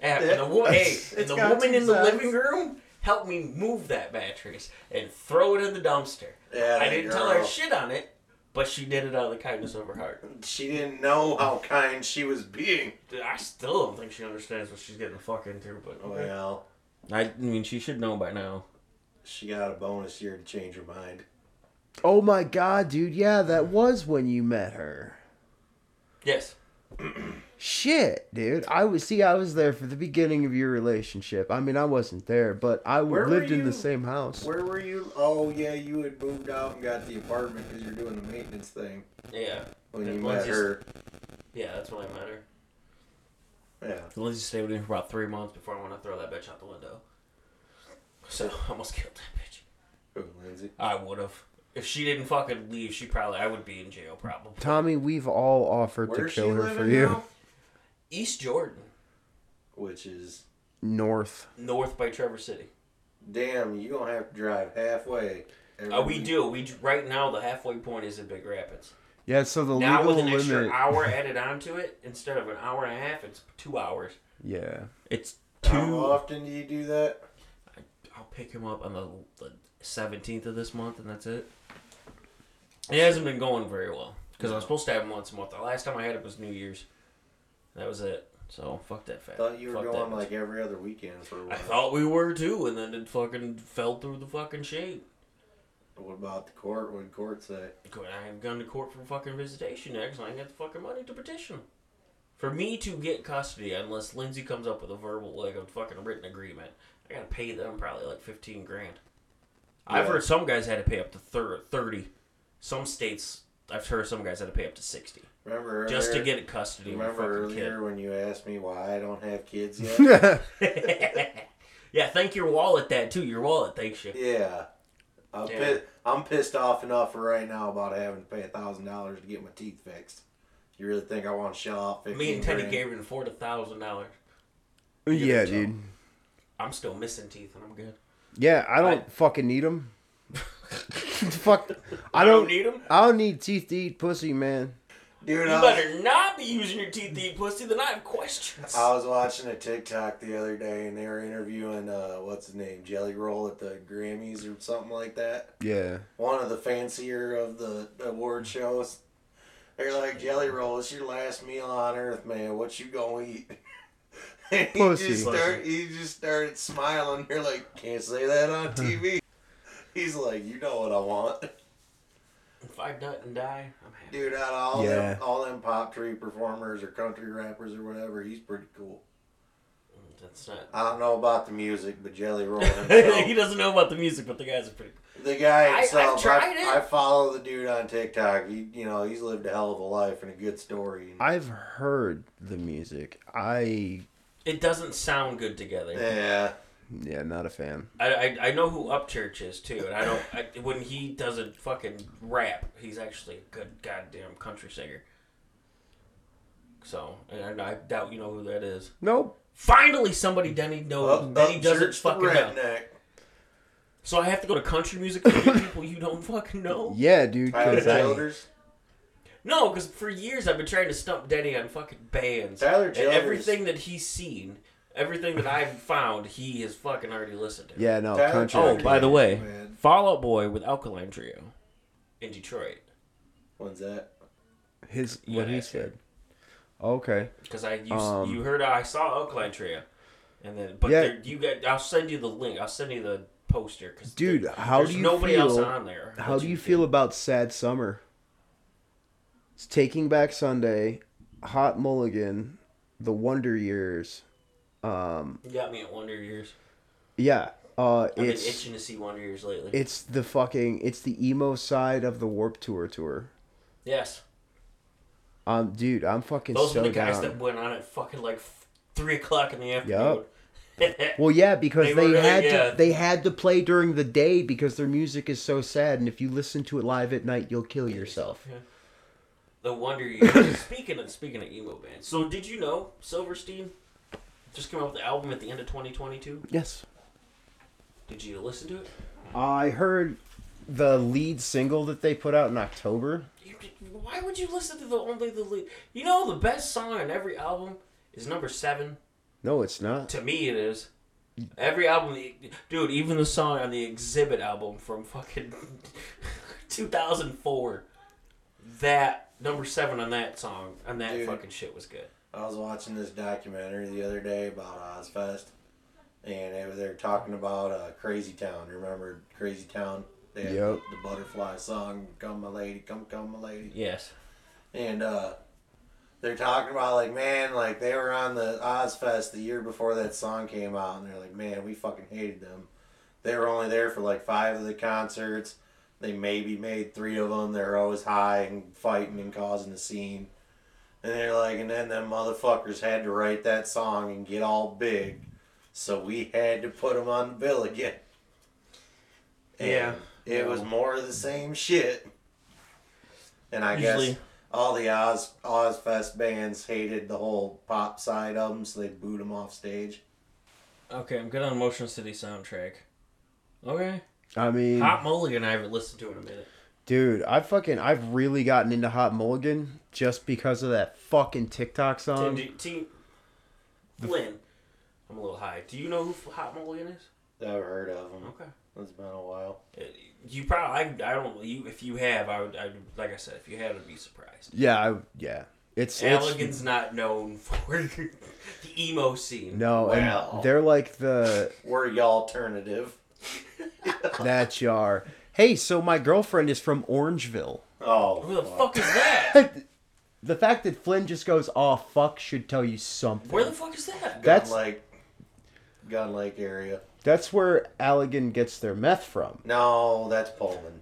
And the, wo- hey, and
It's
the
got
woman
two
in the
sides.
living room helped me move that mattress and throw it in the dumpster.
Yeah,
I didn't tell her
girl.
shit on it, but she did it out of the kindness of her heart.
She didn't know how kind she was being.
Dude, I still don't think she understands what she's getting the fuck into, but
Oh, Well,
I mean, she should know by now.
she got a bonus year to change her mind.
Oh my god, dude. Yeah, that was when you met her.
Yes.
Shit, dude. I was see I was there for the beginning of your relationship. I mean, I wasn't there, but I
Where
lived
were
in the
you?
same house.
Where were you? Oh yeah, you had moved out and got the apartment because you're doing the maintenance thing
Yeah.
when you
Yeah,
met
once you-
her.
Yeah, that's when I met her.
Yeah.
Lindsay stayed with me for about three months before I want to throw that bitch out the window. So I almost killed that bitch.
Who, Lindsay?
I would have. If she didn't fucking leave, she probably I would be in jail probably.
Tommy, we've all offered
Where's
to
she
kill her
living
for you.
now?
East Jordan,
Which is
North.
north by Trevor City.
damn. You gonna have to drive halfway. every
Uh, we
week.
do. We right now the halfway point is in Big Rapids.
Yeah, so the
Now
legal
with an
limit.
extra hour added onto it, instead of an hour and a half, it's two hours.
Yeah.
It's
How
two.
often do you do that?
I'll pick him up on the the seventeenth of this month, and that's it. It hasn't been going very well because I was supposed to have him once a month. The last time I had him was New Year's. That was it. So fuck that fat.
Thought you were
fuck that
going
bitch.
like every other weekend for a while.
I thought we were too, and then it fucking fell through the fucking shade.
What about the court? What did court say?
Could I have gone to court for fucking visitation next? I ain't got the fucking money to petition. For me to get custody, unless Lindsay comes up with a verbal, like a fucking written agreement, I gotta pay them probably like fifteen grand. I've
Yeah.
heard some guys had to pay up to thir- thirty. Some states, I've heard some guys had to pay up to sixty
Remember
just to
earlier-
get custody. of a
Remember
fucking
earlier when you asked me why I don't have kids yet?
yeah,
kid. yeah, thank your wallet that too. Your wallet thanks you.
yeah. I'm,
Yeah.
Pi- I'm pissed off enough for right now about having to pay a thousand dollars to get my teeth fixed. You really think I want to shell out fifteen?
Me and Teddy
grand?
Gabriel afford a thousand dollars. job.
dude.
I'm still missing teeth and I'm good.
Yeah, I don't fucking need them. Fuck. I don't
need them.
I don't need teeth to eat pussy, man.
Dude,
You
I was,
better not be using your teeth to eat pussy. Then I have questions.
I was watching a TikTok the other day and they were interviewing uh, what's his name, Jelly Roll at the Grammys or something like that.
Yeah.
one of the fancier of the award shows. They're like, Jelly Roll, it's your last meal on earth, man. What you gonna eat? And he
Pussy.
Just start, he just started smiling. You're like, can't say that on TV. He's like, you know what I want,
if I nut and die, I'm happy.
dude. Out of all
Yeah.
them, all them pop tree performers or country rappers or whatever, he's pretty cool.
That's not.
I don't know about the music, but Jelly Roll
he
himself,
doesn't know about the music, but the guys are pretty.
the guy
I've
himself. I,
tried it.
I follow the dude on TikTok. He, you know, he's lived a hell of a life and a good story.
I've heard the music. I
It doesn't sound good together.
Yeah.
yeah, not a fan.
I, I, I know who Upchurch is too, and I don't. I, when he does a fucking rap, he's actually a good goddamn country singer. So and I, I doubt you know who that is.
Nope.
Finally, somebody Denny knows.
Up-
Denny
up
doesn't
church the
fucking know.
redneck.
So I have to go to country music to hear people you don't fucking know.
Yeah, dude.
Tyler
'cause I-
Childers.
No, because for years I've been trying to stump Denny on fucking bands.
Tyler
and
Childers.
everything that he's seen, everything that I've found, he has fucking already listened to.
yeah, no.
Tyler
country.
Oh,
Childers.
by the way,
Man.
Fall Out Boy with Alkaline Trio in Detroit.
When's that?
his
You
what
gotta
he
ask her.
said. Okay.
Because I used,
Um,
you heard I saw Alkaline Trio, and then but
Yeah.
there, you got I'll send you the link. I'll send you the poster. Cause
Dude,
there-
how
there's
do you
nobody
feel-
else on there?
How
that
do you
can-
feel about Sad Summer? It's Taking Back Sunday, Hot Mulligan, The Wonder Years. Um
You got me at Wonder Years.
yeah, uh
I've
it's
been itching to see Wonder Years lately.
it's the fucking it's the emo side of the Warp Tour tour.
yes.
Um, dude, I'm fucking
Those
so
were the guys
down.
that went on at fucking like f- three o'clock in the afternoon.
Well, yeah, because
They
they,
were really-
had
yeah.
to they had to play during the day because their music is so sad, and if you listen to it live at night, you'll kill yourself.
Yeah. The Wonder Years. speaking of speaking of emo bands, so did you know Silverstein just came out with the album at the end of 2022?
Yes,
Did you listen to it?
I heard the lead single that they put out in October.
You, why would you listen to the only the lead? You know the best song on every album is number seven.
No, it's not.
To me, it is. Every album, dude. Even the song on the Exhibit album from fucking 2004 that number seven on that song on that
Dude.
fucking shit was good.
I was watching this documentary the other day about Ozfest, and they were, they were talking about uh, Crazy Town. Remember Crazy Town? They had
Yep.
the, the butterfly song, "Come my lady, come come my lady,"
Yes.
and uh, they're talking about like, man, like they were on the Ozfest the year before that song came out, and they're like, man, we fucking hated them. They were only there for like five of the concerts. They maybe made three of them. They're always high and fighting and causing a scene. And they're like, and then them motherfuckers had to write that song and get all big, so we had to put them on the bill again. And
Yeah.
it was more of the same shit. And I guess
Usually-
all the Oz Ozfest bands hated the whole pop side of them, so they booed them off stage.
Okay, I'm good on Motion City soundtrack. Okay.
I mean,
Mm. Hot Mulligan I haven't listened to in a minute.
dude, I fucking I've really gotten into Hot Mulligan just because of that fucking TikTok
Tim,
song.
do, Tim, Lynn, I'm a little high. Do you know who Hot Mulligan is?
Never heard of them.
Okay.
It's been a while.
You probably, I, I don't, you, if you have, I would, I would, like I said, if you have, I'd be surprised.
Yeah, I, yeah. It's it's
Allegan's not known for the emo scene.
no,
Wow.
and they're like the
We're the alternative.
that you are. Hey, so my girlfriend is from Orangeville.
Oh,
Who the
fuck.
fuck is that?
The fact that Flynn just goes, "Oh fuck," should tell you something.
Where the fuck is that?
Gun
That's-
Lake, Gun Lake area.
That's where Allegan gets their meth from.
No, that's Pullman.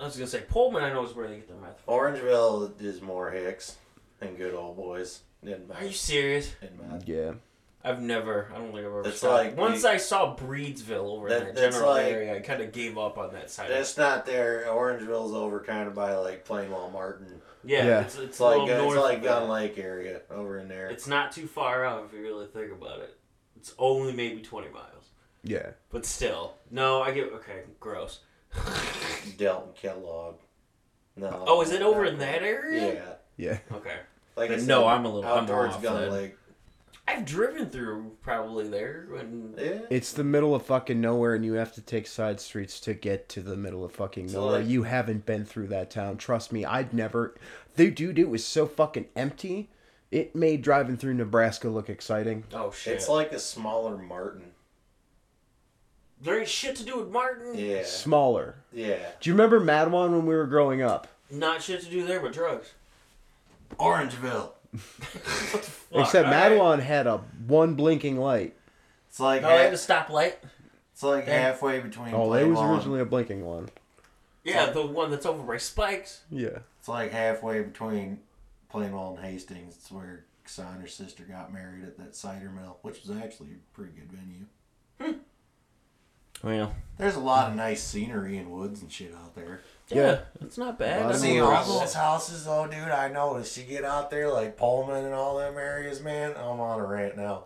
I was gonna say Pullman. I know is where they get their meth. from.
Orangeville is more Hicks and good old boys. In my,
Are you serious?
in my,
Yeah.
I've never. I don't think I've ever.
It's
saw
like
it. once
we-
I saw Breedsville over
That-
in that
that's
general
like-
area, I kind of gave up on that side.
that's not there. Orangeville's over kind of by like Plainwell Martin.
yeah,
yeah.
it's, it's,
It's
a
like uh,
little
it's
north of
like
that.
Gun Lake area over in there.
It's not too far out if you really think about it. It's only maybe twenty miles,
Yeah.
but still. No, I get okay. Gross.
Delton Kellogg. No.
Oh, is it over
not
in that area?
Yeah.
Yeah.
Okay.
Like I
Then
said,
no, I'm a little-
out
I'm
towards
off
Gun
then.
Lake.
I've driven through probably there and
Yeah.
It's the middle of fucking nowhere, and you have to take side streets to get to the middle of fucking
So,
nowhere.
like-
you haven't been through that town. Trust me, I'd never. The dude, it was so fucking empty. It made driving through Nebraska look exciting.
oh shit.
It's like a smaller Martin.
there ain't shit to do with Martin.
Yeah.
Smaller.
Yeah.
Do you remember Madawan when we were growing up?
Not shit to do there but drugs.
Orangeville.
Fuck,
Except
all right.
Madawan had a one blinking light.
It's like
No,
half-
they had a stoplight.
it's like
Damn.
halfway between.
Oh, it was
Plainwell-
originally a blinking one.
Yeah, the one that's over by Spikes.
Yeah.
It's like halfway between Plainwell and Hastings. It's where Sonner's sister got married at that cider mill, which was actually a pretty good venue.
Well,
There's a lot of nice scenery and woods and shit out there.
yeah,
Yeah.
it's not bad.
Lot
I
of
See
mean,
all
Unbelievable.
those houses, though, dude. I noticed you get out there like Pullman and all them areas, man. I'm on a rant now.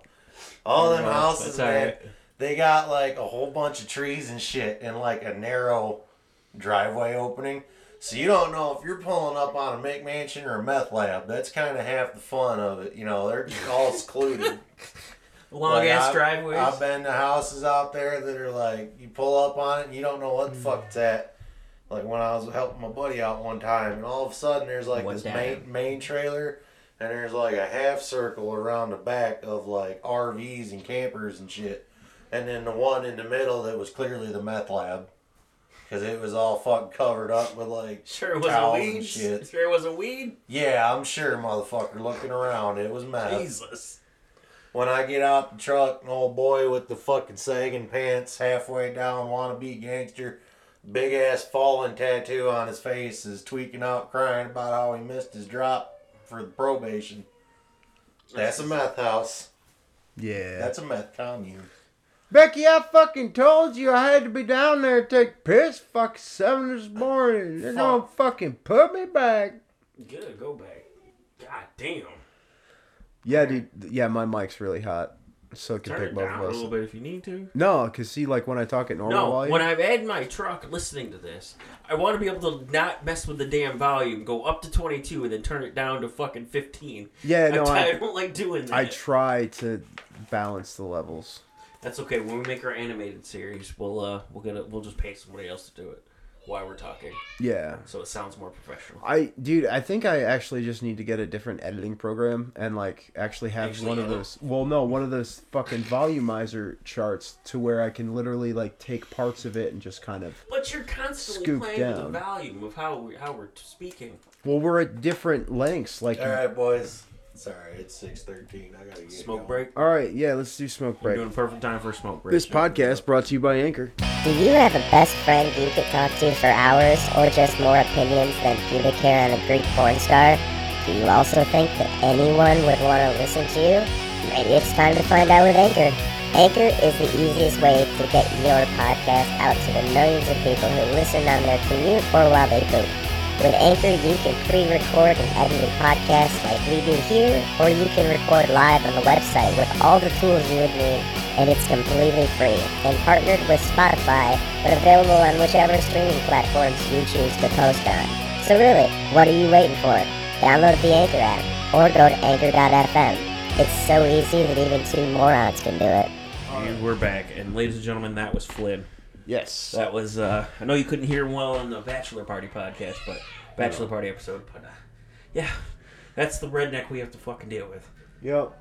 All them
Yeah,
houses,
Oh, that's all
man.
right.
They got like a whole bunch of trees and shit, and like a narrow driveway opening. So you don't know if you're pulling up on a McMansion or a meth lab. That's kind of half the fun of it, you know. They're all secluded.
long
Like,
ass
I've-
driveways.
I've been to houses out there that are like you pull up on it and you don't know
Mm.
what the fuck it's at. Like when I was helping my buddy out one time, and all of a sudden there's like
One
this
time.
main main trailer, and there's like a half circle around the back of like RVs and campers and shit, and then the one in the middle that was clearly the meth lab, because it was all fucking covered up with like
sure it was a
towels and
weed.
shit.
Sure it was a weed.
yeah, I'm sure motherfucker looking around it was meth.
Jesus.
When I get out the truck, an old boy with the fucking sagging pants halfway down, wannabe gangster, big ass fallen tattoo on his face is tweaking out, crying about how he missed his drop for the probation. That's a meth house.
Yeah.
That's a meth commune.
Becky, I fucking told you I had to be down there to take piss. Fuck seven this morning. They're gonna fucking put me back.
Good, go back. God damn.
Yeah, dude. Yeah, my mic's really hot, so it can
Turn
pick
it
both
down a
of
little
us.
bit if you need to.
No, cause see, like when I talk at normal
No,
volume,
when I'm in my truck listening to this, I want to be able to not mess with the damn volume, go up to 22, and then turn it down to fucking 15.
Yeah, no,
I,
I-
I don't like doing that.
I try to balance the levels.
That's okay. When we make our animated series, we'll uh, we'll get a, we'll just pay somebody else to do it. while we're talking,
Yeah.
so it sounds more professional.
I dude, I think I actually just need to get a different editing program and like actually have
Actually
one of
edit.
those well no, one of those fucking volumizer charts to where I can literally like take parts of it and just kind of
But you're constantly
Scoop
playing with
down.
the volume of how we, how we're speaking.
Well, we're at different lengths like
All right, boys. Sorry, it's six thirteen. I gotta get
Smoke
going.
break.
All right, yeah, let's do smoke
We're
break.
doing perfect time for a smoke break.
This podcast brought to you by Anchor.
Do you have a best friend you could talk to for hours or just more opinions than pubic hair on a Greek porn star? Do you also think that anyone would want to listen to you? Maybe it's time to find out with Anchor. Anchor is the easiest way to get your podcast out to the millions of people who listen on their commute or while they poop. With Anchor, you can pre-record and edit your podcast like we do here, or you can record live on the website with all the tools you would need, and it's completely free. And partnered with Spotify, but available on whichever streaming platforms you choose to post on. So really, what are you waiting for? Download the Anchor app, or go to anchor.fm. It's so easy that even two morons can do it.
And we're back. And ladies and gentlemen, that was Flynn.
Yes.
That was uh I know you couldn't hear him well on the Bachelor Party podcast, but Bachelor Party episode, but uh, yeah. That's the redneck we have to fucking deal with.
Yep.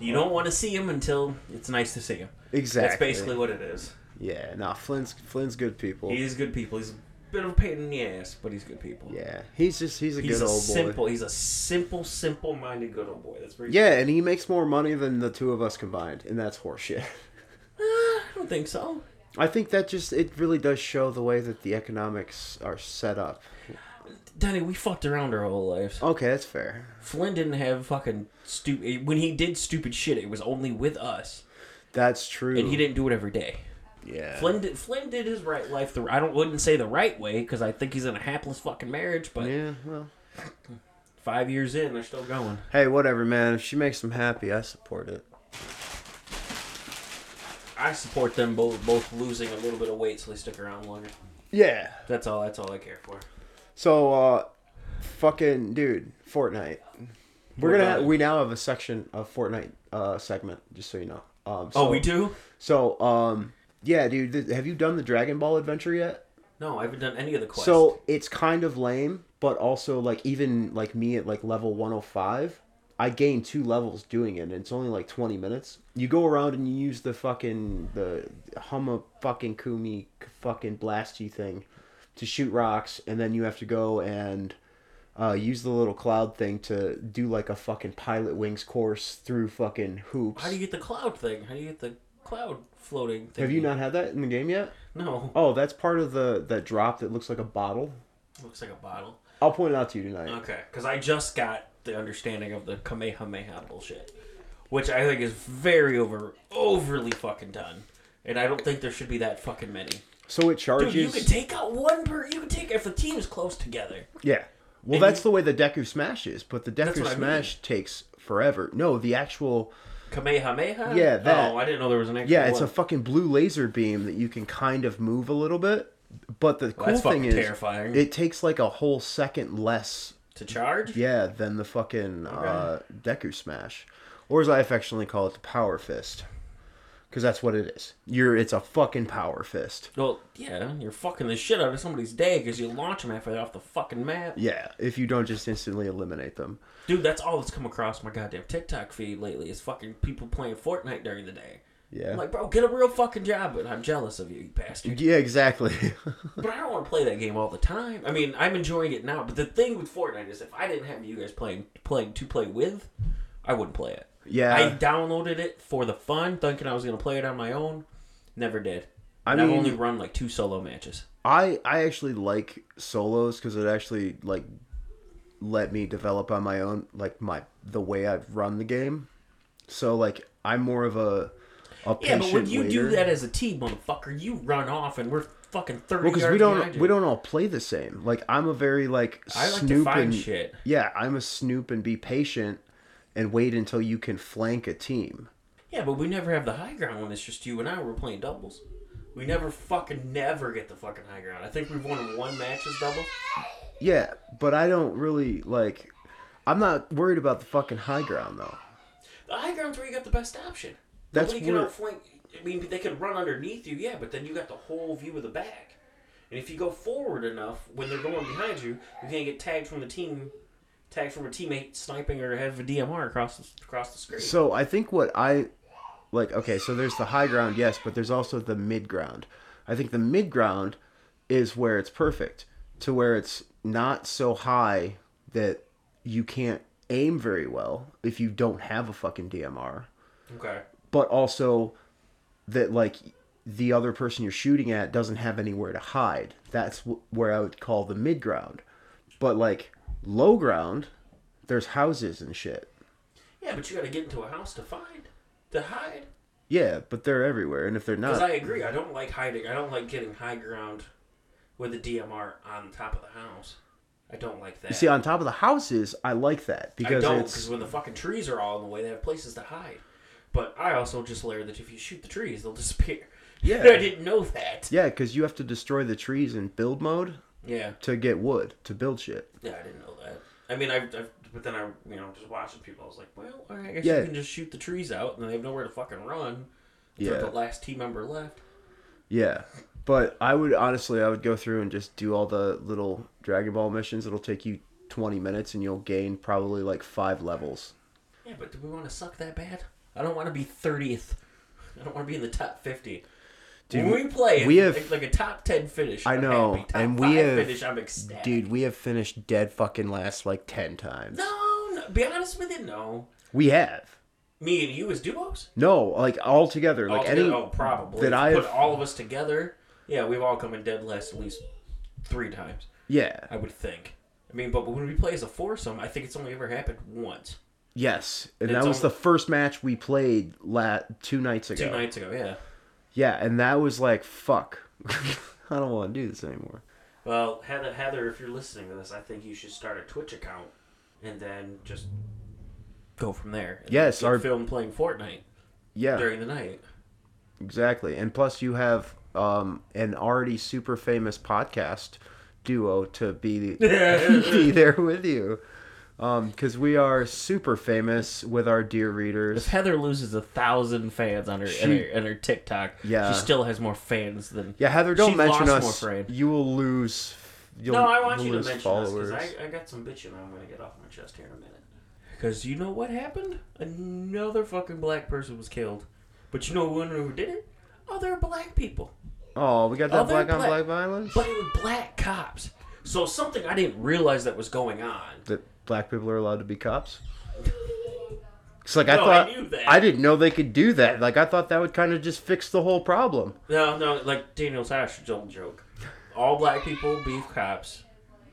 You don't want to see him until it's nice to see him.
Exactly.
That's basically what it is.
Yeah. Nah, Flynn's Flynn's good people.
He's good people. He's a bit of a pain in the ass, but he's good people.
yeah. He's just he's a
He's
good
a
old boy.
simple. He's a simple, simple-minded good old boy. That's very
Yeah, and he makes more money than the two of us combined, and that's horseshit.
I don't think so.
I think that just it really does show the way that the economics are set up.
Danny, we fucked around our whole lives.
Okay, that's fair.
Flynn didn't have fucking stupid. When he did stupid shit, it was only with us,
That's true.
and he didn't do it every day.
Yeah.
Flynn did, Flynn did his right life. The I don't wouldn't say the right way because I think he's in a hapless fucking marriage. But
Yeah. Well.
five years in, they're still going.
Hey, whatever, man. If she makes him happy, I support it.
I support them both both losing a little bit of weight so they stick around longer.
Yeah.
That's all. That's all I care for.
So, uh, fucking dude, Fortnite. We're
What
gonna
about
ha-
it?
we now have a section of Fortnite uh segment, just so you know. Um, so,
oh, we do.
So, um, yeah, dude, th- have you done the Dragon Ball adventure yet?
No, I haven't done any of the quests.
So it's kind of lame, but also like even like me at like level 105, I gained two levels doing it, and it's only like 20 minutes. You go around and you use the fucking the Huma fucking Kumi fucking blasty thing to shoot rocks, and then you have to go and uh, use the little cloud thing to do like a fucking pilot wings course through fucking hoops.
how do you get the cloud thing? How do you get the cloud floating? Thing?
have you not had that in the game yet?
No,
Oh, that's part of the that drop that looks like a bottle.
looks like a bottle.
I'll point it out to you tonight.
Okay, because I just got the understanding of the Kamehameha bullshit, which I think is very over overly fucking done, and I don't think there should be that fucking many.
So it charges.
Dude, you could take out one per. You could take if the team is close together.
Yeah. Well,
And
that's
you-
the way the Deku Smash is, but the
That's
Deku
what I
Smash takes forever. No, the actual
Kamehameha.
Yeah, that.
Oh, I didn't know there was an extra.
yeah, it's a
one.
fucking blue laser beam that you can kind of move a little bit. But the cool
that's
thing
fucking
is,
terrifying.
it takes like a whole second less,
to charge.
yeah, than the fucking uh, Deku Smash, or as I affectionately call it, the Power Fist, because that's what it is. You're, it's a fucking Power Fist.
Well, yeah, you're fucking the shit out of somebody's day because you launch them halfway off the fucking map.
Yeah, if you don't just instantly eliminate them.
Dude, that's all that's come across my goddamn TikTok feed lately is fucking people playing Fortnite during the day.
Yeah.
I'm like, bro, get a real fucking job, but I'm jealous of you, you bastard.
Yeah, exactly.
But I don't want to play that game all the time. I mean, I'm enjoying it now, but the thing with Fortnite is if I didn't have you guys playing playing to play with, I wouldn't play it.
yeah.
I downloaded it for the fun, thinking I was gonna play it on my own. Never did.
I
I
mean-
I've only run like two solo matches.
I I actually like solos because it actually like let me develop on my own like my the way I've run the game. So like I'm more of a a
Yeah,
patient
but when you do
waiter.
that as a team, motherfucker, you run off and we're fucking thirty
well, because
yards
we
behind
don't
you.
we don't all play the same. Like I'm a very like
I like to
snoop
find
and
shit.
yeah, I'm a snoop and be patient and wait until you can flank a team.
Yeah, but we never have the high ground when it's just you and I. We're playing doubles. We never fucking never get the fucking high ground. I think we've won one match as double.
Yeah, but I don't really like. I'm not worried about the fucking high ground though.
The high ground's where you got the best option.
That's
Nobody can
where-
outflank. I mean, they could run underneath you, yeah, but then you got the whole view of the back. And if you go forward enough, when they're going behind you, you can't get tagged from the team, tagged from a teammate sniping or have a DMR across the, across the screen.
So I think what I like okay, so there's the high ground, yes, but there's also the mid ground. I think the mid ground is where it's perfect to where it's not so high that you can't aim very well if you don't have a fucking DMR,
okay.
but also that like the other person you're shooting at doesn't have anywhere to hide. That's wh- where I would call the mid ground. But like low ground, there's houses and shit.
Yeah, but you got to get into a house to find, to hide.
Yeah, but they're everywhere, and if they're
Because
not,
I agree, I don't like hiding. I don't like getting high ground with a DMR on top of the house. I don't like that.
see, on top of the houses, I like that because
I don't
it's
because when the fucking trees are all in the way, they have places to hide. But I also just learned that if you shoot the trees, they'll disappear.
Yeah.
I didn't know that.
yeah, because you have to destroy the trees in build mode
Yeah,
to get wood to build shit.
yeah, I didn't know that. I mean, I've, I've but then I, you know, just watching people, I was like, well, all right, I guess
Yeah.
you can just shoot the trees out, and they have nowhere to fucking run. Yeah.
Yeah.
the last team member left.
Yeah, but I would honestly, I would go through and just do all the little Dragon Ball missions. It'll take you twenty minutes, and you'll gain probably like five levels.
Yeah, but do we want to suck that bad? I don't want to be thirtieth. I don't want to be in the top fifty.
Dude,
when we play,
we
we
have-
like, like a top ten finish.
I
I'm
know,
happy. Top
and we
five
have-
finish. I'm ecstatic.
Dude, we have finished dead fucking last like ten times.
No, no, be honest with you, no.
We have
Me and you as duos?
no, like all together, like
Altogether-
any
oh, probably.
that
If
I
you put
have-
all of us together. Yeah, we've all come in dead last at least three times,
yeah,
I would think. I mean, but when we play as a foursome, I think it's only ever happened once.
yes, and
It's
that was
only-
the first match we played la- two nights
Two
ago.
nights ago, yeah.
Yeah, and that was like, fuck. I don't want to do this anymore.
Well, Heather, Heather, if you're listening to this, I think you should start a Twitch account and then just go from there. And
Yes,
get
our-
film playing Fortnite
Yeah,
during the night.
exactly. And plus, you have um, an already super famous podcast duo to be be there with you, because we are super famous with our dear
If
readers.
Heather loses a thousand fans on her and
She-
her, and her TikTok,
Yeah.
she still has more fans than
Yeah, Heather, don't
She's
mention
lost
us.
More fans.
You will lose. You'll,
no, I want
you'll
you to
lose
mention
followers.
this because I, I got some bitching I'm going to get off my chest here in a minute. Because you know what happened? Another fucking black person was killed. But you know one who did it? Other black people.
Oh, we got that
Other
black on
black-
black violence.
But it was black cops. So something I didn't realize that was going on.
that black people are allowed to be cops? It's like I
No, I
thought
knew that.
I didn't know they could do that. Like I thought that would kind of just fix the whole problem.
No, no, like Daniel Tosh's old joke. All black people be cops.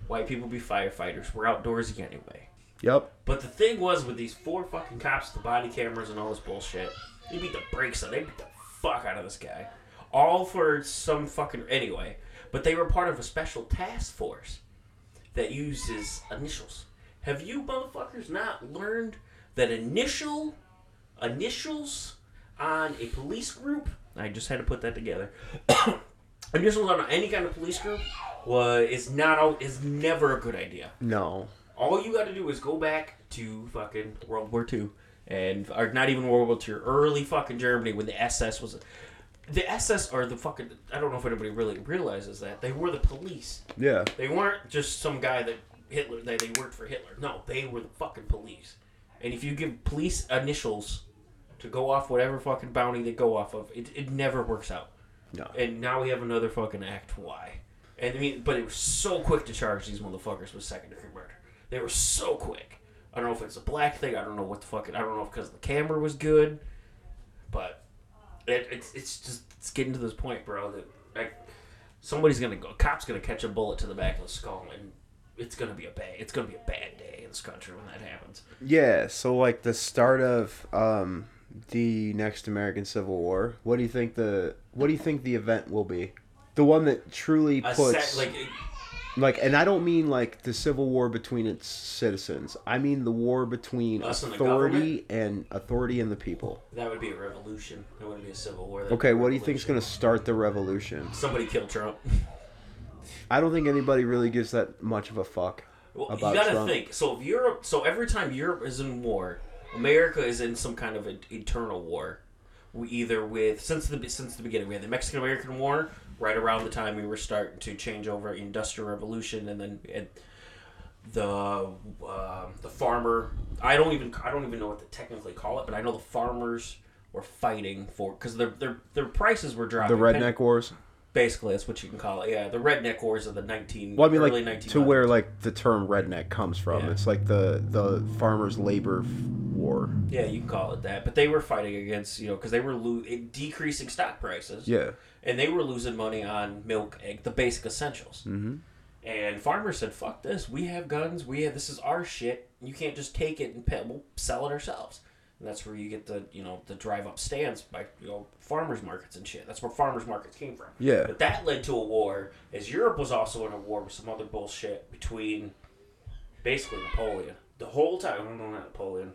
White people be firefighters. We're outdoorsy anyway.
Yep.
But the thing was with these four fucking cops, the body cameras and all this bullshit, they beat the brakes on. They beat the fuck out of this guy, all for some fucking anyway. But they were part of a special task force that uses initials. Have you motherfuckers not learned that initial initials on a police group? I just had to put that together. initials on any kind of police group was is not al- is never a good idea.
No.
All you got to do is go back to fucking World War II, and or not even World War II, early fucking Germany when the SS was. The SS are the fucking. I don't know if anybody really realizes that they were the police.
Yeah.
They weren't just some guy that Hitler that they worked for Hitler. No, they were the fucking police. And if you give police initials to go off whatever fucking bounty they go off of, it, it never works out.
No.
And now we have another fucking act Y. And I mean, but it was so quick to charge these motherfuckers with second degree murder. They were so quick. I don't know if it's a black thing. I don't know what the fuck. I don't know if because the camera was good, but it, it's it's just it's getting to this point, bro. That like somebody's gonna go, a cop's gonna catch a bullet to the back of the skull, and it's gonna be a bad. It's gonna be a bad day in this country when that happens.
Yeah, so like the start of um the next American Civil War, what do you think the what do you think the event will be? The one that truly
A
puts
sec, like
like and I don't mean like the civil war between its citizens. I mean the war between
Us and the
authority and authority and the people.
that would be a revolution. That wouldn't be a civil war. That'd be
Okay,
a
what do you think is
revolution.
going to start the revolution?
Somebody killed Trump.
I don't think anybody really gives that much of a fuck
Well,
about
you gotta
Trump.
think. So if Europe, so every time Europe is in war, America is in some kind of an eternal war, we either with since the since the beginning we had the Mexican American War right around the time we were starting to change over Industrial Revolution, and then we had the uh, the farmer. I don't even I don't even know what to technically call it, but I know the farmers were fighting for because their their their prices were
The
dropping.
redneck wars.
basically that's what you can call it. Yeah, the redneck wars of the nineteen
Well, I mean,
early
like
1900s.
to where like the term redneck comes from.
Yeah.
It's like the the farmers' labor f- war.
Yeah, you can call it that. But they were fighting against, you know, because they were lo- it- decreasing stock prices.
Yeah,
And they were losing money on milk, egg, the basic essentials. Mm-hmm. And farmers said, fuck this. We have guns. We have, this is our shit. You can't just take it and pe- we'll sell it ourselves. And that's where you get the, you know, the drive up stands by, you know, farmers markets and shit. That's where farmers markets came from.
Yeah.
But that led to a war, as Europe was also in a war with some other bullshit between basically Napoleon. The whole time, no, no, not Napoleon.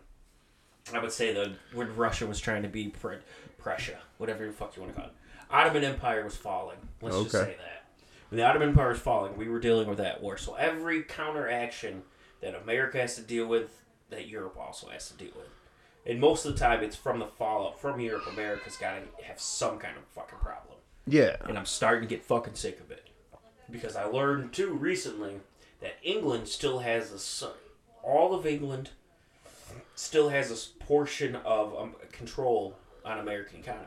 I would say that when Russia was trying to be Pr- Prussia, whatever the fuck you want to call it, Ottoman Empire was falling. Let's just
Okay.
say that. When the Ottoman Empire was falling, we were dealing with that war. So every counteraction that America has to deal with, that Europe also has to deal with. And most of the time, it's from the fallout from Europe. America's got to have some kind of fucking problem
yeah.
and I'm starting to get fucking sick of it. Because I learned too recently that England still has a s- all of England still has a s- portion of um, control on American economy.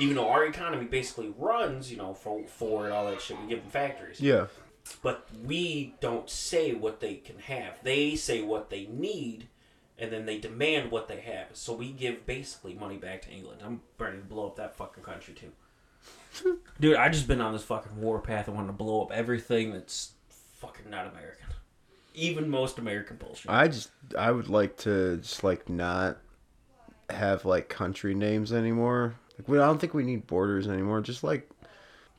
Even though our economy basically runs, you know, for Ford, all that shit, we give them factories.
Yeah,
But we don't say what they can have. They say what they need, and then they demand what they have. So we give basically money back to England. I'm ready to blow up that fucking country too. Dude, I just been on this fucking war path and wanted to blow up everything that's fucking not American. Even most American bullshit.
I just I would like to just like not have like country names anymore. Like we I don't think we need borders anymore. Just like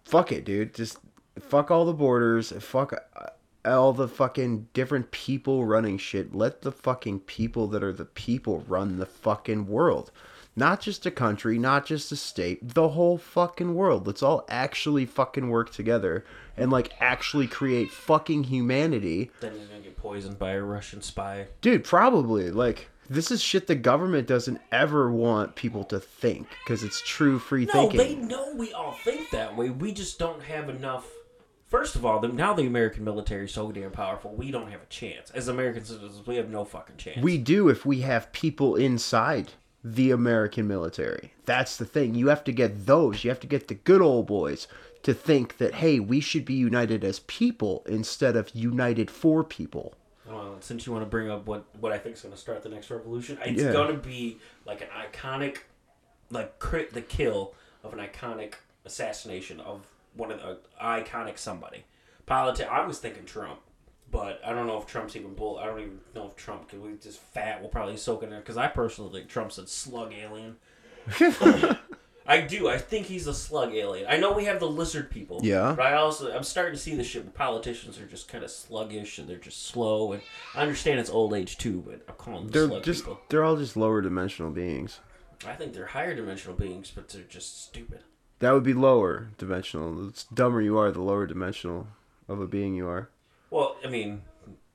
fuck it, dude. Just fuck all the borders. Fuck uh, all the fucking different people running shit. Let the fucking people that are the people run the fucking world. Not just a country, not just a state, the whole fucking world. Let's all actually fucking work together and like actually create fucking humanity
then you're gonna get poisoned by a Russian spy.
Dude, probably. Like, this is shit the government doesn't ever want people to think because it's true free
No,
thinking.
they know we all think that way. We just don't have enough. First of all, the, now the American military is so damn powerful, we don't have a chance. As American citizens, we have no fucking chance.
We do if we have people inside the American military. That's the thing. You have to get those, you have to get the good old boys to think that, hey, we should be united as people instead of united for people.
Well, since you want to bring up what what I think is going to start the next revolution, it's
Yeah.
going to be like an iconic, like crit the kill of an iconic assassination of one of the uh, iconic somebody. Politi- I was thinking Trump, but I don't know if Trump's even bull. I don't even know if Trump could. We just fat will probably soak in it because I personally think Trump's a slug alien. I do. I think he's a slug alien. I know we have the lizard people.
Yeah.
But I also I'm starting to see this shit. Where politicians are just kind of sluggish and they're just slow. And I understand it's old age too, but I'm calling them
They're
slug
just,
people.
they're all just lower dimensional beings.
I think they're higher dimensional beings, but they're just stupid.
That would be lower dimensional. The dumber you are, the lower dimensional of a being you are.
Well, I mean,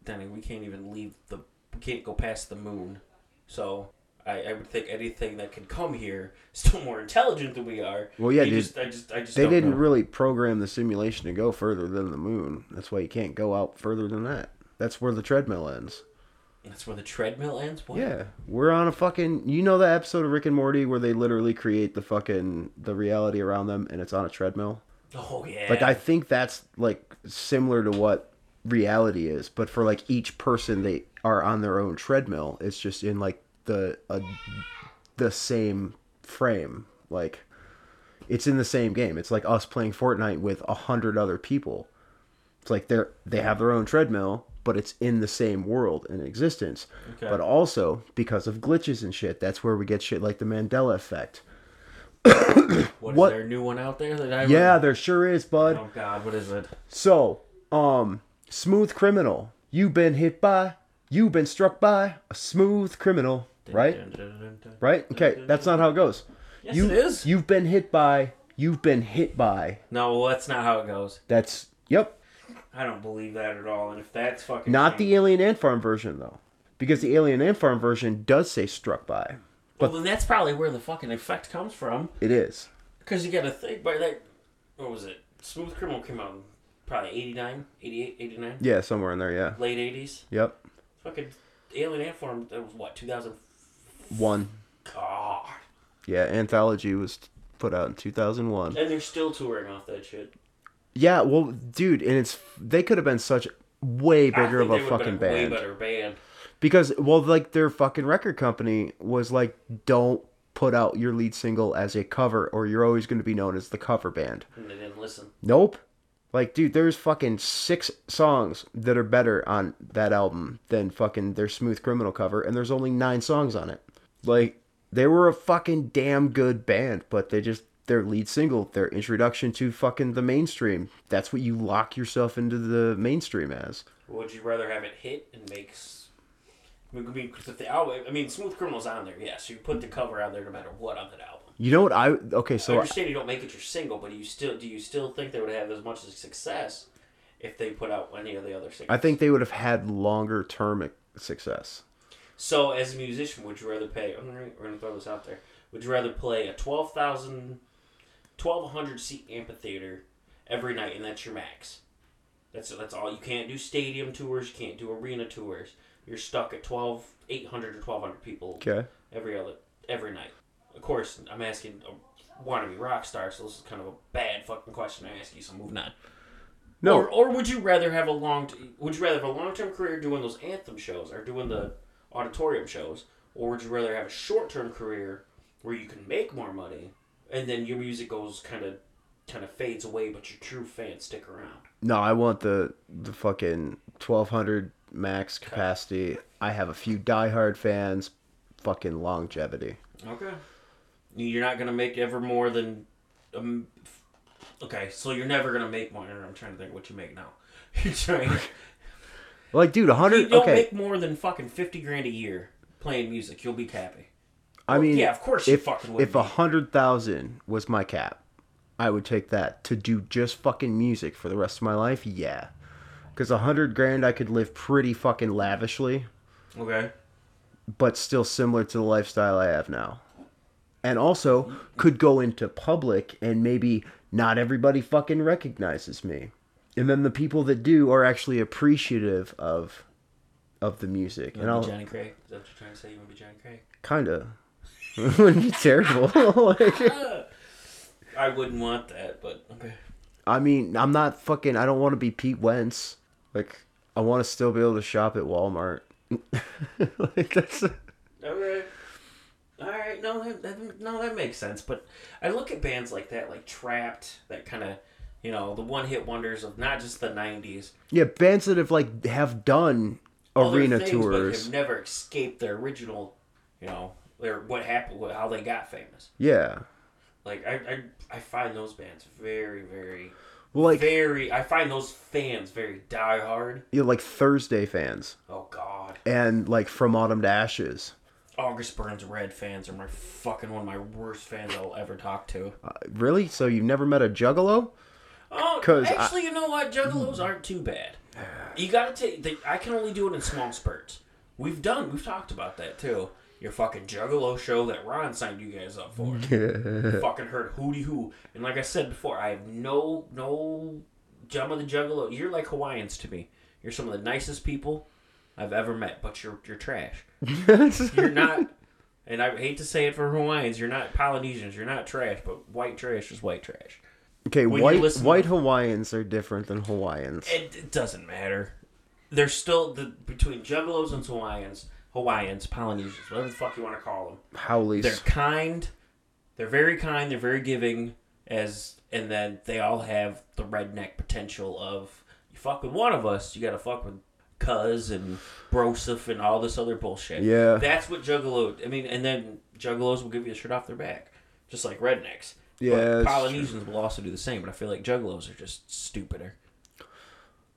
Danny, we can't even leave the we can't go past the moon, so. I, I would think anything that could come here is still more intelligent than we are.
Well, yeah,
You
dude.
Just, I just, I just
They
don't
didn't
know.
really program the simulation to go further than the moon. That's why you can't go out further than that. That's where the treadmill ends.
That's where the treadmill ends. What?
Yeah, we're on a fucking. You know that episode of Rick and Morty where they literally create the fucking the reality around them, and it's on a treadmill.
Oh yeah.
Like I think that's like similar to what reality is, but for like each person, they are on their own treadmill. It's just in like the a, the same frame. Like it's in the same game. It's like us playing Fortnite with a hundred other people. It's like they're they have their own treadmill, but it's in the same world and existence.
Okay.
But also because of glitches and shit, that's where we get shit like the Mandela effect.
What,
What-
is there a new one out there that I
Yeah, there sure is, bud.
Oh God, what is it?
So, um, smooth criminal. You've been hit by, you've been struck by a smooth criminal, right? Right? Okay, that's not how it goes. Yes, you,
it is.
You've been hit by, you've been hit by.
No, well, that's not how it goes.
That's, yep.
I don't believe that at all. And if that's fucking
Not
changed-
the Alien Ant Farm version, though. Because the Alien Ant Farm version does say struck by.
Well, then that's probably where the fucking effect comes from.
It is.
Because you got to think by that. What was it? Smooth Criminal came out in probably 89, 88, 89,
Yeah, somewhere in there. Yeah.
late 80s.
Yep.
Fucking Alien Ant Farm, that was what, 2000?
One.
God.
Yeah, anthology was put out in 2001.
And they're still touring off that shit.
Yeah, well, dude, and it's they could have been such way
I
bigger of
think
a
they would've
fucking
been
band
Way better band.
because well, like their fucking record company was like, don't put out your lead single as a cover, or you're always going to be known as the cover band.
And they didn't listen.
Nope. Like, dude, there's fucking six songs that are better on that album than fucking their Smooth Criminal cover, and there's only nine songs on it. Like, they were a fucking damn good band, but they just, their lead single, their introduction to fucking the mainstream, that's what you lock yourself into the mainstream as.
Would you rather have it hit and makes? I mean, because if the album, I mean, Smooth Criminal's on there, yeah. So you put the cover on there no matter what on that album.
You know what I, okay,
I
so
understand you don't make it your single, but you still do you still think they would have as much success if they put out any of the other singles?
I think they would have had longer term e-, success.
So, as a musician, would you rather pay? All right, we're gonna throw this out there. Would you rather play a 12,000, 1,200 seat amphitheater every night, and that's your max? That's that's all. You can't do stadium tours. You can't do arena tours. You're stuck at 12, 800 to 1,200 people
Okay.
every other every night. Of course, I'm asking a wannabe rock star, so this is kind of a bad fucking question to ask you. So moving on.
No.
Or, or would you rather have a long? T- would you rather have a long term career doing those anthem shows or doing the auditorium shows, or would you rather have a short term career where you can make more money and then your music goes kind of kind of fades away, but your true fans stick around?
No, I want the the fucking twelve hundred max capacity. I have a few diehard fans. Fucking longevity.
Okay. You're not gonna make ever more than. Um, f- okay, so you're never gonna make more. I'm trying to think what you make now. You're trying.
Like, dude,
you
hundred.
don't
Okay,
make more than fucking fifty grand a year playing music. You'll be happy.
I mean,
yeah, of course you
If
fucking would
if a
be.
hundred thousand was my cap, I would take that to do just fucking music for the rest of my life. Yeah, because a hundred grand, I could live pretty fucking lavishly.
Okay.
but still similar to the lifestyle I have now. And also could go into public and maybe not everybody fucking recognizes me. And then the people that do are actually appreciative of of the music. And
Be
I'll
Johnny Craig. Is that what you're trying to say? You want to be Johnny Craig?
kinda it wouldn't be terrible. Like,
I wouldn't want that, but okay.
I mean, I'm not fucking I don't wanna be Pete Wentz. Like I wanna still be able to shop at Walmart. like that's
Okay. All right. No, that, that no, that makes sense. But I look at bands like that, like Trapped, that kind of, you know, the one-hit wonders of not just the '90s,
Yeah, bands that have like have done
other
arena
things,
tours.
but have never escaped their original, you know, their what happened, what, how they got famous.
Yeah.
Like I, I, I find those bands very, very,
Well, like
very. I find those fans very diehard.
you know, like Thursday fans
Oh God,
and like From Autumn to Ashes.
August Burns Red fans are my fucking one of my worst fans I'll ever talk to.
Uh, really? So you've never met a Juggalo?
Oh,
'Cause I-
actually, you know what? Juggalos aren't too bad. You gotta take. They, I can only do it in small spurts. We've done. We've talked about that too. Your fucking Juggalo show that Ron signed you guys up for. fucking heard hooty hoo. And like I said before, I have no no jump of the Juggalo. You're like Hawaiians to me. You're some of the nicest people I've ever met, but you're you're trash. You're not. And I hate to say it for Hawaiians, you're not Polynesians, you're not trash, but white trash is white trash.
okay,
when you
white
listen-
white Hawaiians are different than Hawaiians.
It, it doesn't matter. They're still the, between juggalos and Hawaiians, Hawaiians, Polynesians, whatever the fuck you want to call them.
Howleys.
They're kind. They're very kind. They're very giving. As and then they all have the redneck potential of you fuck with one of us, you gotta fuck with Cuz and Broseph and all this other bullshit.
Yeah.
that's what juggalo. I mean, and then juggalos will give you a shirt off their back, just like rednecks. But
Yeah, that's
Polynesians will also do the same. But I feel like juggalos are just stupider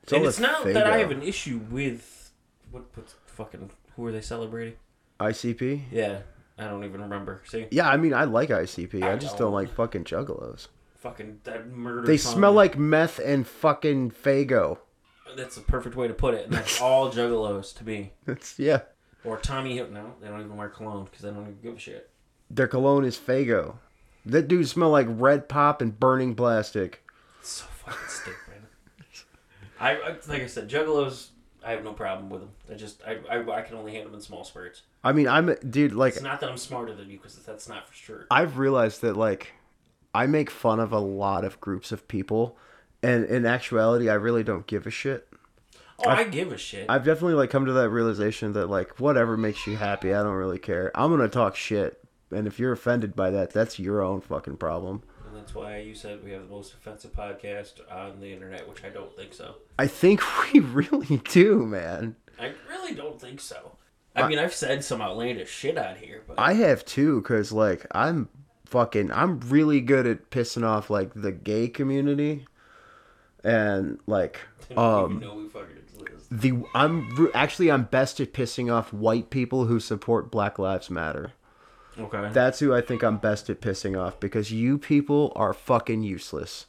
It's all
and
the
it's not that I
Faygo.
have an issue with what what's fucking who are they celebrating?
ICP.
Yeah, I don't even remember. See,
Yeah, I mean, I like ICP. I,
I
just
don't.
don't like fucking Juggalos.
fucking that murder.
They
song.
smell like meth and fucking Fago.
that's the perfect way to put it. And that's all juggalos to me.
That's yeah.
Or Tommy Hill. No, they don't even wear cologne because they don't even give a shit.
Their cologne is Fago. That dude smell like red pop and burning plastic.
It's so fucking stupid. I, I like I said, Juggalos. I have no problem with them. I just I, I, I can only handle them in small spurts.
I mean, I'm dude like
It's not that I'm smarter than you because that's not for sure.
I've realized that like I make fun of a lot of groups of people, and in actuality, I really don't give a shit.
Oh, I, give a shit.
I've definitely like come to that realization that like whatever makes you happy, I don't really care. I'm gonna talk shit, and if you're offended by that, that's your own fucking problem.
and that's why you said we have the most offensive podcast on the internet, which I don't think so.
I think we really do, man.
I really don't think so.
Uh,
I mean, I've said some outlandish shit out here, but
I have too, cause like I'm fucking, I'm really good at pissing off like the gay community, and like
um, you know we fucking exist.
the I'm re- actually I'm best at pissing off white people who support Black Lives Matter.
Okay.
That's who I think I'm best at pissing off because you people are fucking useless.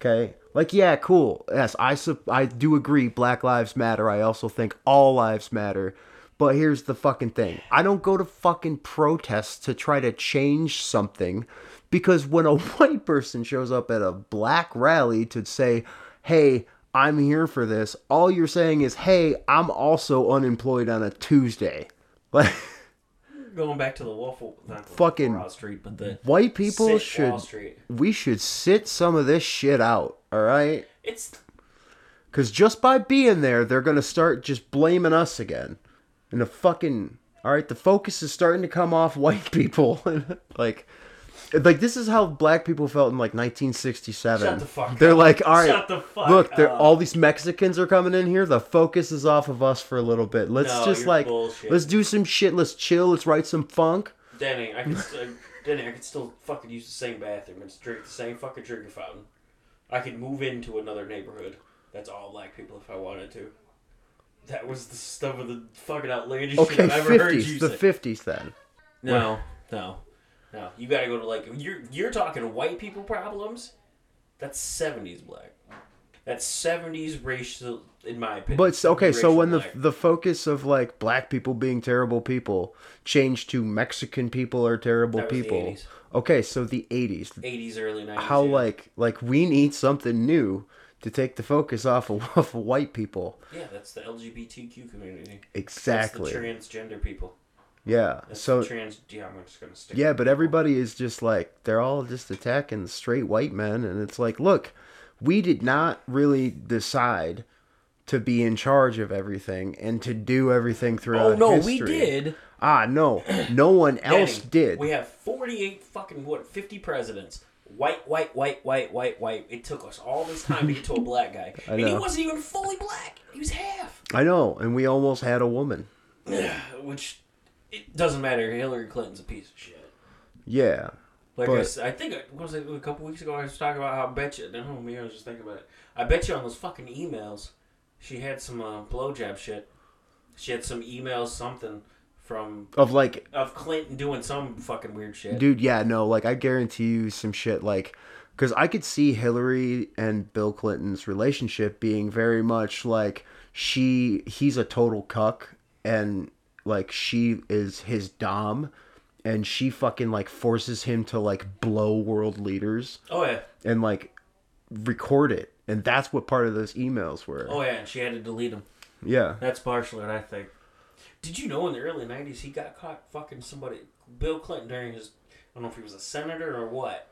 Okay? Like yeah, cool. Yes, I sup- I do agree Black Lives Matter. I also think all lives matter. But here's the fucking thing. I don't go to fucking protests to try to change something because when a white person shows up at a black rally to say, "Hey, I'm here for this." All you're saying is, "Hey, I'm also unemployed on a Tuesday." Like
Going back to the Waffle, not the
Fucking
Wall Street, but the
White people
Sit
should.
Wall Street.
We should sit some of this shit out, all right?
It's
Because just by being there, they're gonna start just blaming us again, and the fucking all right. The focus is starting to come off white people, like. Like this is how black people felt in like 1967.
Shut the fuck
they're
up.
like, all right,
Shut the fuck
look, they're,
up.
all these Mexicans are coming in here. The focus is off of us for a little bit. Let's
No,
just
you're
like,
bullshit.
let's do some shit. Let's chill. Let's write some funk.
Danny. I could still, Danny. I could still fucking use the same bathroom and drink the same fucking drinking fountain. I could move into another neighborhood. That's all black people if I wanted to. That was the stuff of the fucking outlandish shit
Okay,
I've ever heard
50s,
you
the
say.
50s then.
No, no, no. You gotta go to like you're you're talking white people problems. That's seventies black. That's seventies racial, in my opinion.
But s- okay, so
racial
when the
black.
the focus of like black people being terrible people changed to Mexican people are terrible
That was the
people.
80s.
Okay, so the 80s.
eighties, early nineties,
How like like we need something new to take the focus off of, of white people.
yeah, that's the LGBTQ community.
Exactly.
That's the transgender people.
yeah.
That's
So
the trans. Yeah, I'm just gonna stick.
yeah, but everybody is just like they're all just attacking the straight white men and it's like, look, we did not really decide to be in charge of everything and to do everything throughout
Oh no,
uh, history.
we did.
Ah, no, no one else
Danny,
did.
We have 48 fucking what 50 presidents. White, white, white, white, white, white. It took us all this time to get to a black guy, and he
know.
wasn't even fully black. He was half.
I know, and we almost had a woman.
Which it doesn't matter. Hillary Clinton's a piece of shit.
Yeah,
Like I
But-
s I I, think it was it a couple weeks ago. I was talking about how I bet you. No, me. I was just thinking about it. I bet you on those fucking emails, she had some uh, blowjob shit. She had some emails, something from
of like,
of Clinton doing some fucking weird shit.
dude, yeah, no, like I guarantee you some shit like, because I could see Hillary and Bill Clinton's relationship being very much like she, he's a total cuck, and like she is his dom, and she fucking like forces him to like blow world leaders
Oh yeah,
and like record it, and that's what part of those emails were.
oh yeah. And she had to delete him.
Yeah.
That's partially what I think. Did you know in the early '90s he got caught fucking somebody? Bill Clinton during his I don't know if he was a senator or what,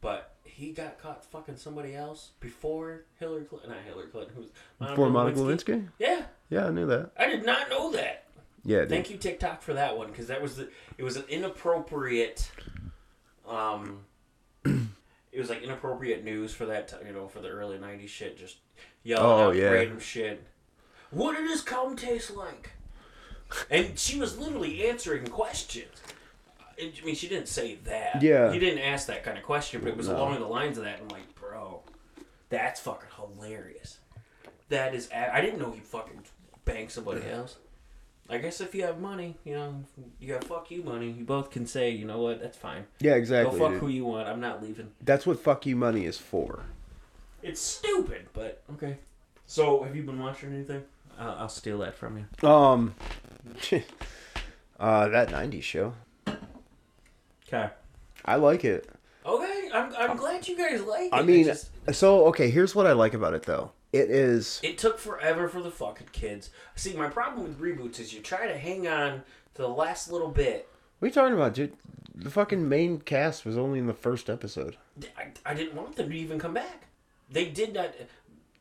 but he got caught fucking somebody else before Hillary Clinton. Not Hillary Clinton. Who was Monica
For Monica
Lewinsky.
Lewinsky?
Yeah,
Yeah, I knew that.
I did not know that.
Yeah, dude.
Thank you TikTok for that one because that was the it was an inappropriate, um, it was like inappropriate news for that ti- you know for the early '90s shit just yelling
Oh,
out
yeah.
random shit. What did his cum taste like? And she was literally answering questions. I I mean, she didn't say that.
Yeah.
he didn't ask that kind of question, but it was along the lines of that. I'm like, bro, that's fucking hilarious. That is, a- I didn't know he fucking banged somebody else. I guess if you have money, you know, you have fuck you money, you both can say, you know what, that's fine.
Yeah,
Go
exactly.
fuck
dude.
who you want. I'm not leaving.
That's what fuck you money is for.
It's stupid, but okay. So, have you been watching anything? I'll steal that from you.
Um, uh, that '90s show.
Okay.
I like it.
Okay, I'm, I'm glad you guys like it.
I mean,
It just-
so okay. Here's what I like about it, though. It is
it took forever for the fucking kids. See, my problem with reboots is you try to hang on to the last little bit.
What are you talking about, dude? The fucking main cast was only in the first episode.
I, I didn't want them to even come back. They did not.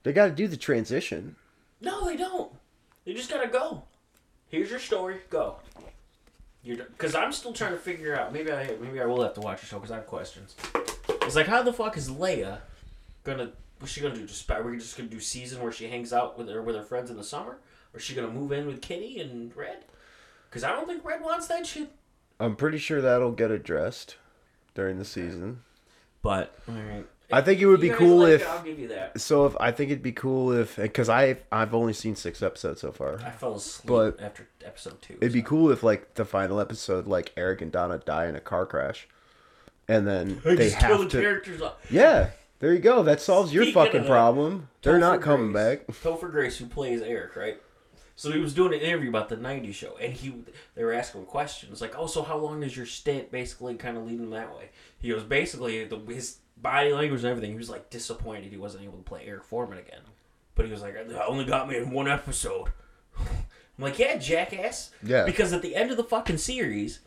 They got to do the transition.
No, they don't. They just gotta go. Here's your story. Go. You're because I'm still trying to figure out. Maybe I maybe I will have to watch the show because I have questions. It's like how the fuck is Leia gonna? What's she gonna do? Just are we just gonna do season where she hangs out with her with her friends in the summer? Or is she gonna move in with Kitty and Red? Because I don't think Red wants that shit.
I'm pretty sure that'll get addressed during the season.
But all right.
I think it would be cool if.
I'll give you that.
So if I think it'd be cool if, because I I've only seen six episodes so
I
far.
fell asleep
But-
after episode two.
It'd be cool if like the final episode, like Eric and Donna die in a car crash, and then
I
they
just kill
have
the
to.
characters off.
Yeah, there you go. That solves your
Speaking
fucking
of-
problem. They're not
Topher
coming
Grace-
back.
Topher Grace, who plays Eric, right? So he was doing an interview about the '90s show, and he they were asking him questions like, "Oh, so how long is your stint?" Basically, kind of leading that way. He was basically the, his body language and everything. He was like disappointed he wasn't able to play Eric Foreman again, but he was like, "I only got me in one episode." I'm like, "Yeah, jackass."
Yeah.
Because at the end of the fucking series,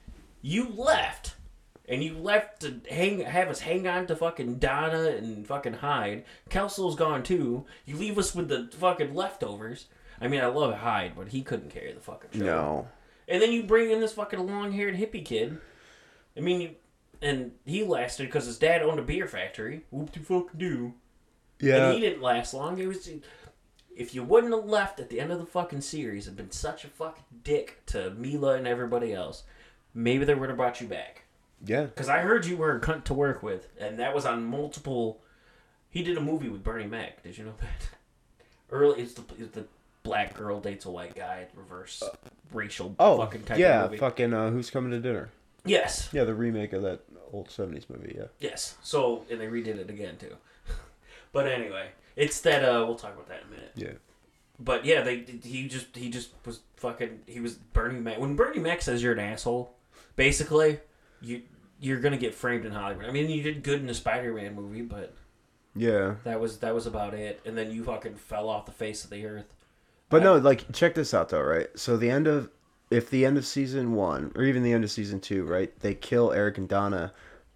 you left and you left to hang have us hang on to fucking Donna and fucking Hyde. Kelso's gone too. You leave us with the fucking leftovers. I mean, I love Hyde, but he couldn't carry the fucking show.
No.
And then you bring in this fucking long-haired hippie kid. I mean, you, and he lasted because his dad owned a beer factory. Whoop de fuck do. And he
Yeah.
didn't last long. It was if you wouldn't have left at the end of the fucking series and been such a fucking dick to Mila and everybody else, maybe they would have brought you back.
Yeah.
Because I heard you were a cunt to work with, and that was on multiple. He did a movie with Bernie Mac. Did you know that? Early, it's the it's the black girl dates a white guy reverse racial
Oh.
fucking type
yeah.
of movie.
Fucking. Uh, who's coming to dinner?
Yes,
Yeah, the remake of that old '70s movie. Yeah.
yes. So and they redid it again too. but anyway, it's that. uh We'll talk about that in a minute.
Yeah.
But yeah, they he just he just was fucking he was Bernie Mac. When Bernie Mac says you're an asshole, basically, you you're gonna get framed in Hollywood. I mean, you did good in the Spider-Man movie, but.
Yeah.
That was that was about it, and then you fucking fell off the face of the earth.
But no, like check this out though, right? So the end of if the end of season one or even the end of season two, right? They kill Eric and Donna,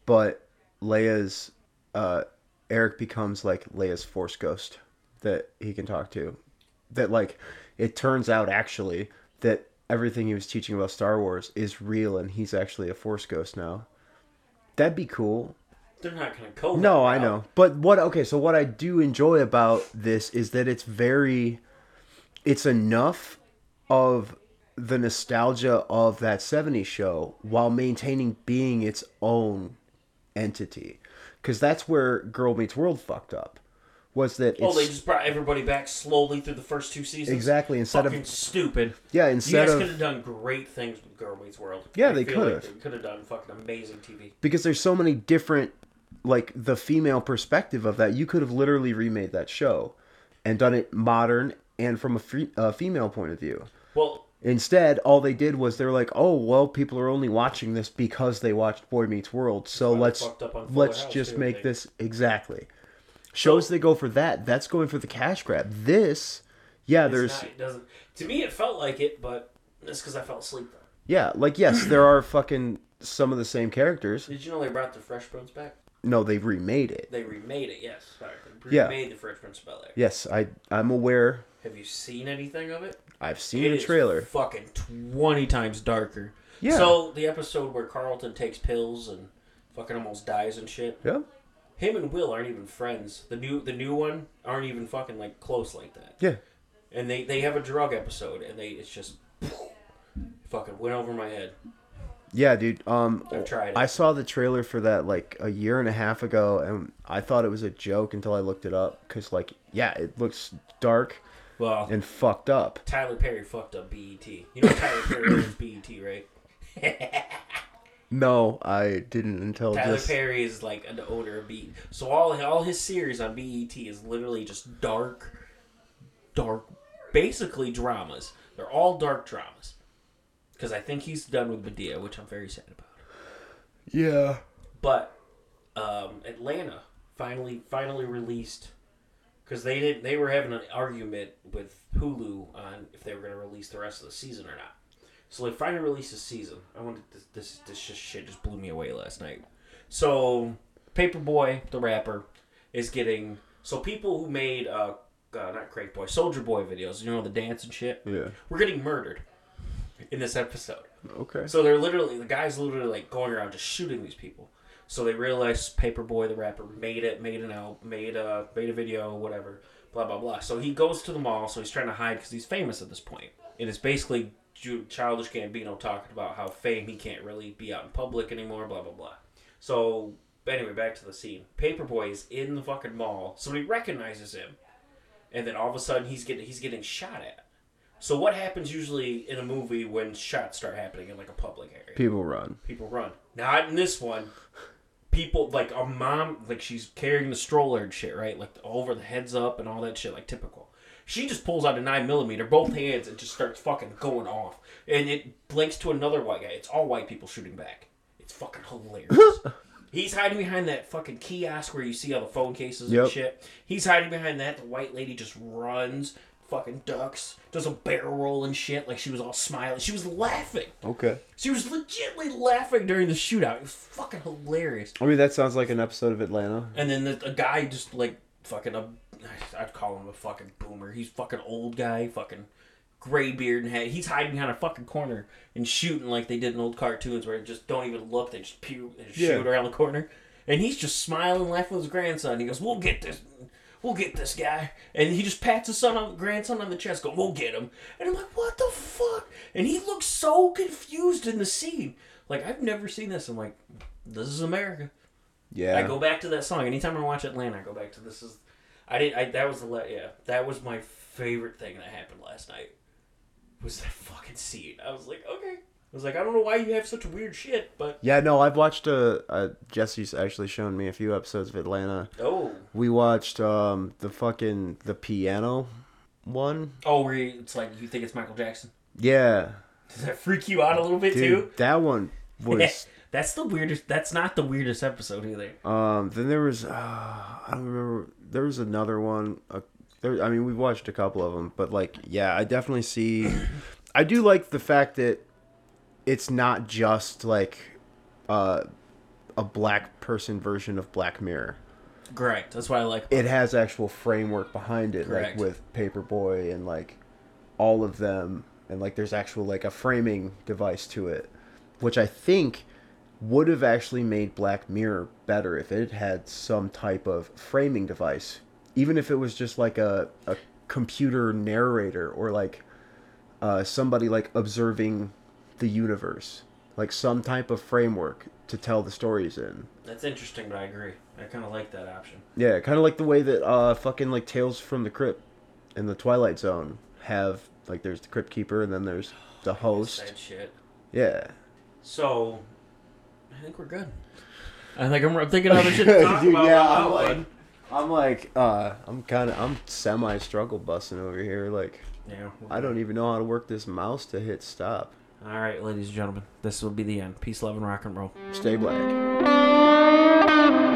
but Leia's uh, Eric becomes like Leia's Force ghost that he can talk to. That like it turns out actually that everything he was teaching about Star Wars is real, and he's actually a Force ghost now. That'd be cool.
They're not gonna go.
No,
that
I
route.
know. But what okay, so what I do enjoy about this is that it's very it's enough of the nostalgia of that 70s show while maintaining being its own entity. Cuz that's where Girl Meets World fucked up. Was that it's
Well, they just brought everybody back slowly through the first two seasons.
Exactly, instead of-
fucking stupid.
yeah,
You
instead
guys
of
could have done great things with Girl Meets World.
Yeah,
I
they
feel like
could've.
They could have done fucking amazing TV.
because there's so many different like the female perspective of that you could have literally remade that show and done it modern and from a fe- a female point of view.
Well,
Instead, all they did was they're like, "Oh, well, people are only watching this because they watched Boy Meets World, so
they
let's
fucked up on Fuller
let's
House,
just
too, I
make
think.
this exactly." Shows they go for that. That's going for the cash grab. This, yeah,
it's
there's
not, it doesn't. To me, it felt like it, but that's because I fell asleep. Though.
yeah, like yes, there are fucking some of the same characters.
Did you know they brought the Fresh Prince back?
No, they remade it.
They remade it. Yes, sorry, they
Yeah.
remade the Fresh Prince of Bel Air.
Yes, I I'm aware.
Have you seen anything of it?
I've seen
It
a
is
trailer.
fucking twenty times darker.
Yeah.
So the episode where Carlton takes pills and fucking almost dies and shit.
Yeah,
Him and Will aren't even friends. The new the new one aren't even fucking like close like that.
yeah,
And they they have a drug episode and they it's just fucking went over my head.
yeah, dude. Um,
I've tried it.
I saw the trailer for that like a year and a half ago, and I thought it was a joke until I looked it up. Cause like, yeah, it looks dark
Well,
and fucked up.
Tyler Perry fucked up BET. You know Tyler Perry owns BET, right?
No, I didn't until
Tyler
just.
Perry is like an owner of BET. So all all his series on BET is literally just dark, dark, basically dramas. They're all dark dramas. because I think he's done with Medea, which I'm very sad about.
Yeah.
But um, Atlanta finally finally released because they didn't they were having an argument with Hulu on if they were going to release the rest of the season or not. So they finally released the season. I wanted this this this just shit just blew me away last night. So Paperboy the rapper is getting so people who made uh, uh not Craig Boy Soldier Boy videos you know the dance and shit
Yeah.
we're getting murdered in this episode.
Okay.
So they're literally the guys literally like going around just shooting these people. So they realized Paperboy the rapper made it, made an out, made a made a video, whatever, blah blah blah. So he goes to the mall. So he's trying to hide because he's famous at this point. And it's basically Ju- childish Gambino talking about how fame he can't really be out in public anymore, blah blah blah. So anyway, back to the scene. Paperboy is in the fucking mall. Somebody recognizes him, and then all of a sudden he's getting he's getting shot at. So what happens usually in a movie when shots start happening in like a public area?
People run.
people run. Not in this one. People like a mom, like she's carrying the stroller and shit, right? Like over the heads up and all that shit, like typical. She just pulls out a nine millimeter, both hands, and just starts fucking going off. And it blinks to another white guy. It's all white people shooting back. It's fucking hilarious. He's hiding behind that fucking kiosk where you see all the phone cases
Yep.
and shit. He's hiding behind that. The white lady just runs, fucking ducks, does a barrel roll and shit. Like she was all smiling. She was laughing.
Okay.
She was legitly laughing during the shootout. It was fucking hilarious.
I mean, that sounds like an episode of Atlanta.
And then the, a guy just like fucking a, I'd call him a fucking boomer. He's fucking old guy, fucking gray beard and head. He's hiding behind a fucking corner and shooting like they did in old cartoons where they just don't even look. They just pew and just
Yeah.
shoot around the corner. And he's just smiling, laughing with his grandson. He goes, "We'll get this." We'll get this guy, and he just pats his son, on, grandson, on the chest, going, "We'll get him." And I'm like, "What the fuck?" And he looks so confused in the scene. Like I've never seen this. I'm like, "This is America."
Yeah.
I go back to that song anytime I watch Atlanta. I go back to this is, I did I that was the la- yeah that was my favorite thing that happened last night, was that fucking scene. I was like okay, I was like I don't know why you have such weird shit, but
yeah, no, I've watched uh uh Jesse's actually shown me a few episodes of Atlanta.
oh
We watched um the fucking the piano one.
oh where you, it's like you think it's Michael Jackson.
Yeah.
Does that freak you out a little bit
Dude, that one
too?
was
that's the weirdest. That's not the weirdest episode either.
um then there was uh, I don't remember there was another one uh, there I mean we've watched a couple of them but like yeah, I definitely see I do like the fact that it's not just like uh a black person version of Black Mirror.
Correct. That's what I like.
it has actual framework behind it,
Correct.
like with Paperboy and like all of them, and like there's actual like a framing device to it, which I think would have actually made Black Mirror better if it had some type of framing device, even if it was just like a, a computer narrator or like uh, somebody like observing the universe, like some type of framework to tell the stories in.
That's interesting, but I agree. I kind of like that option.
Yeah, kind of like the way that uh fucking like Tales from the Crypt and the Twilight Zone have like there's the Crypt Keeper and then there's the host.
That shit.
Yeah.
So, I think we're good. I think I'm, I'm thinking of other shit to talk
Dude,
about.
yeah,
on
I'm
that
like-
one.
I'm like uh I'm kind of I'm semi struggle busting over here like
yeah.
I don't even know how to work this mouse to hit stop.
All right, ladies and gentlemen, this will be the end. Peace, love, and rock and roll.
Stay black.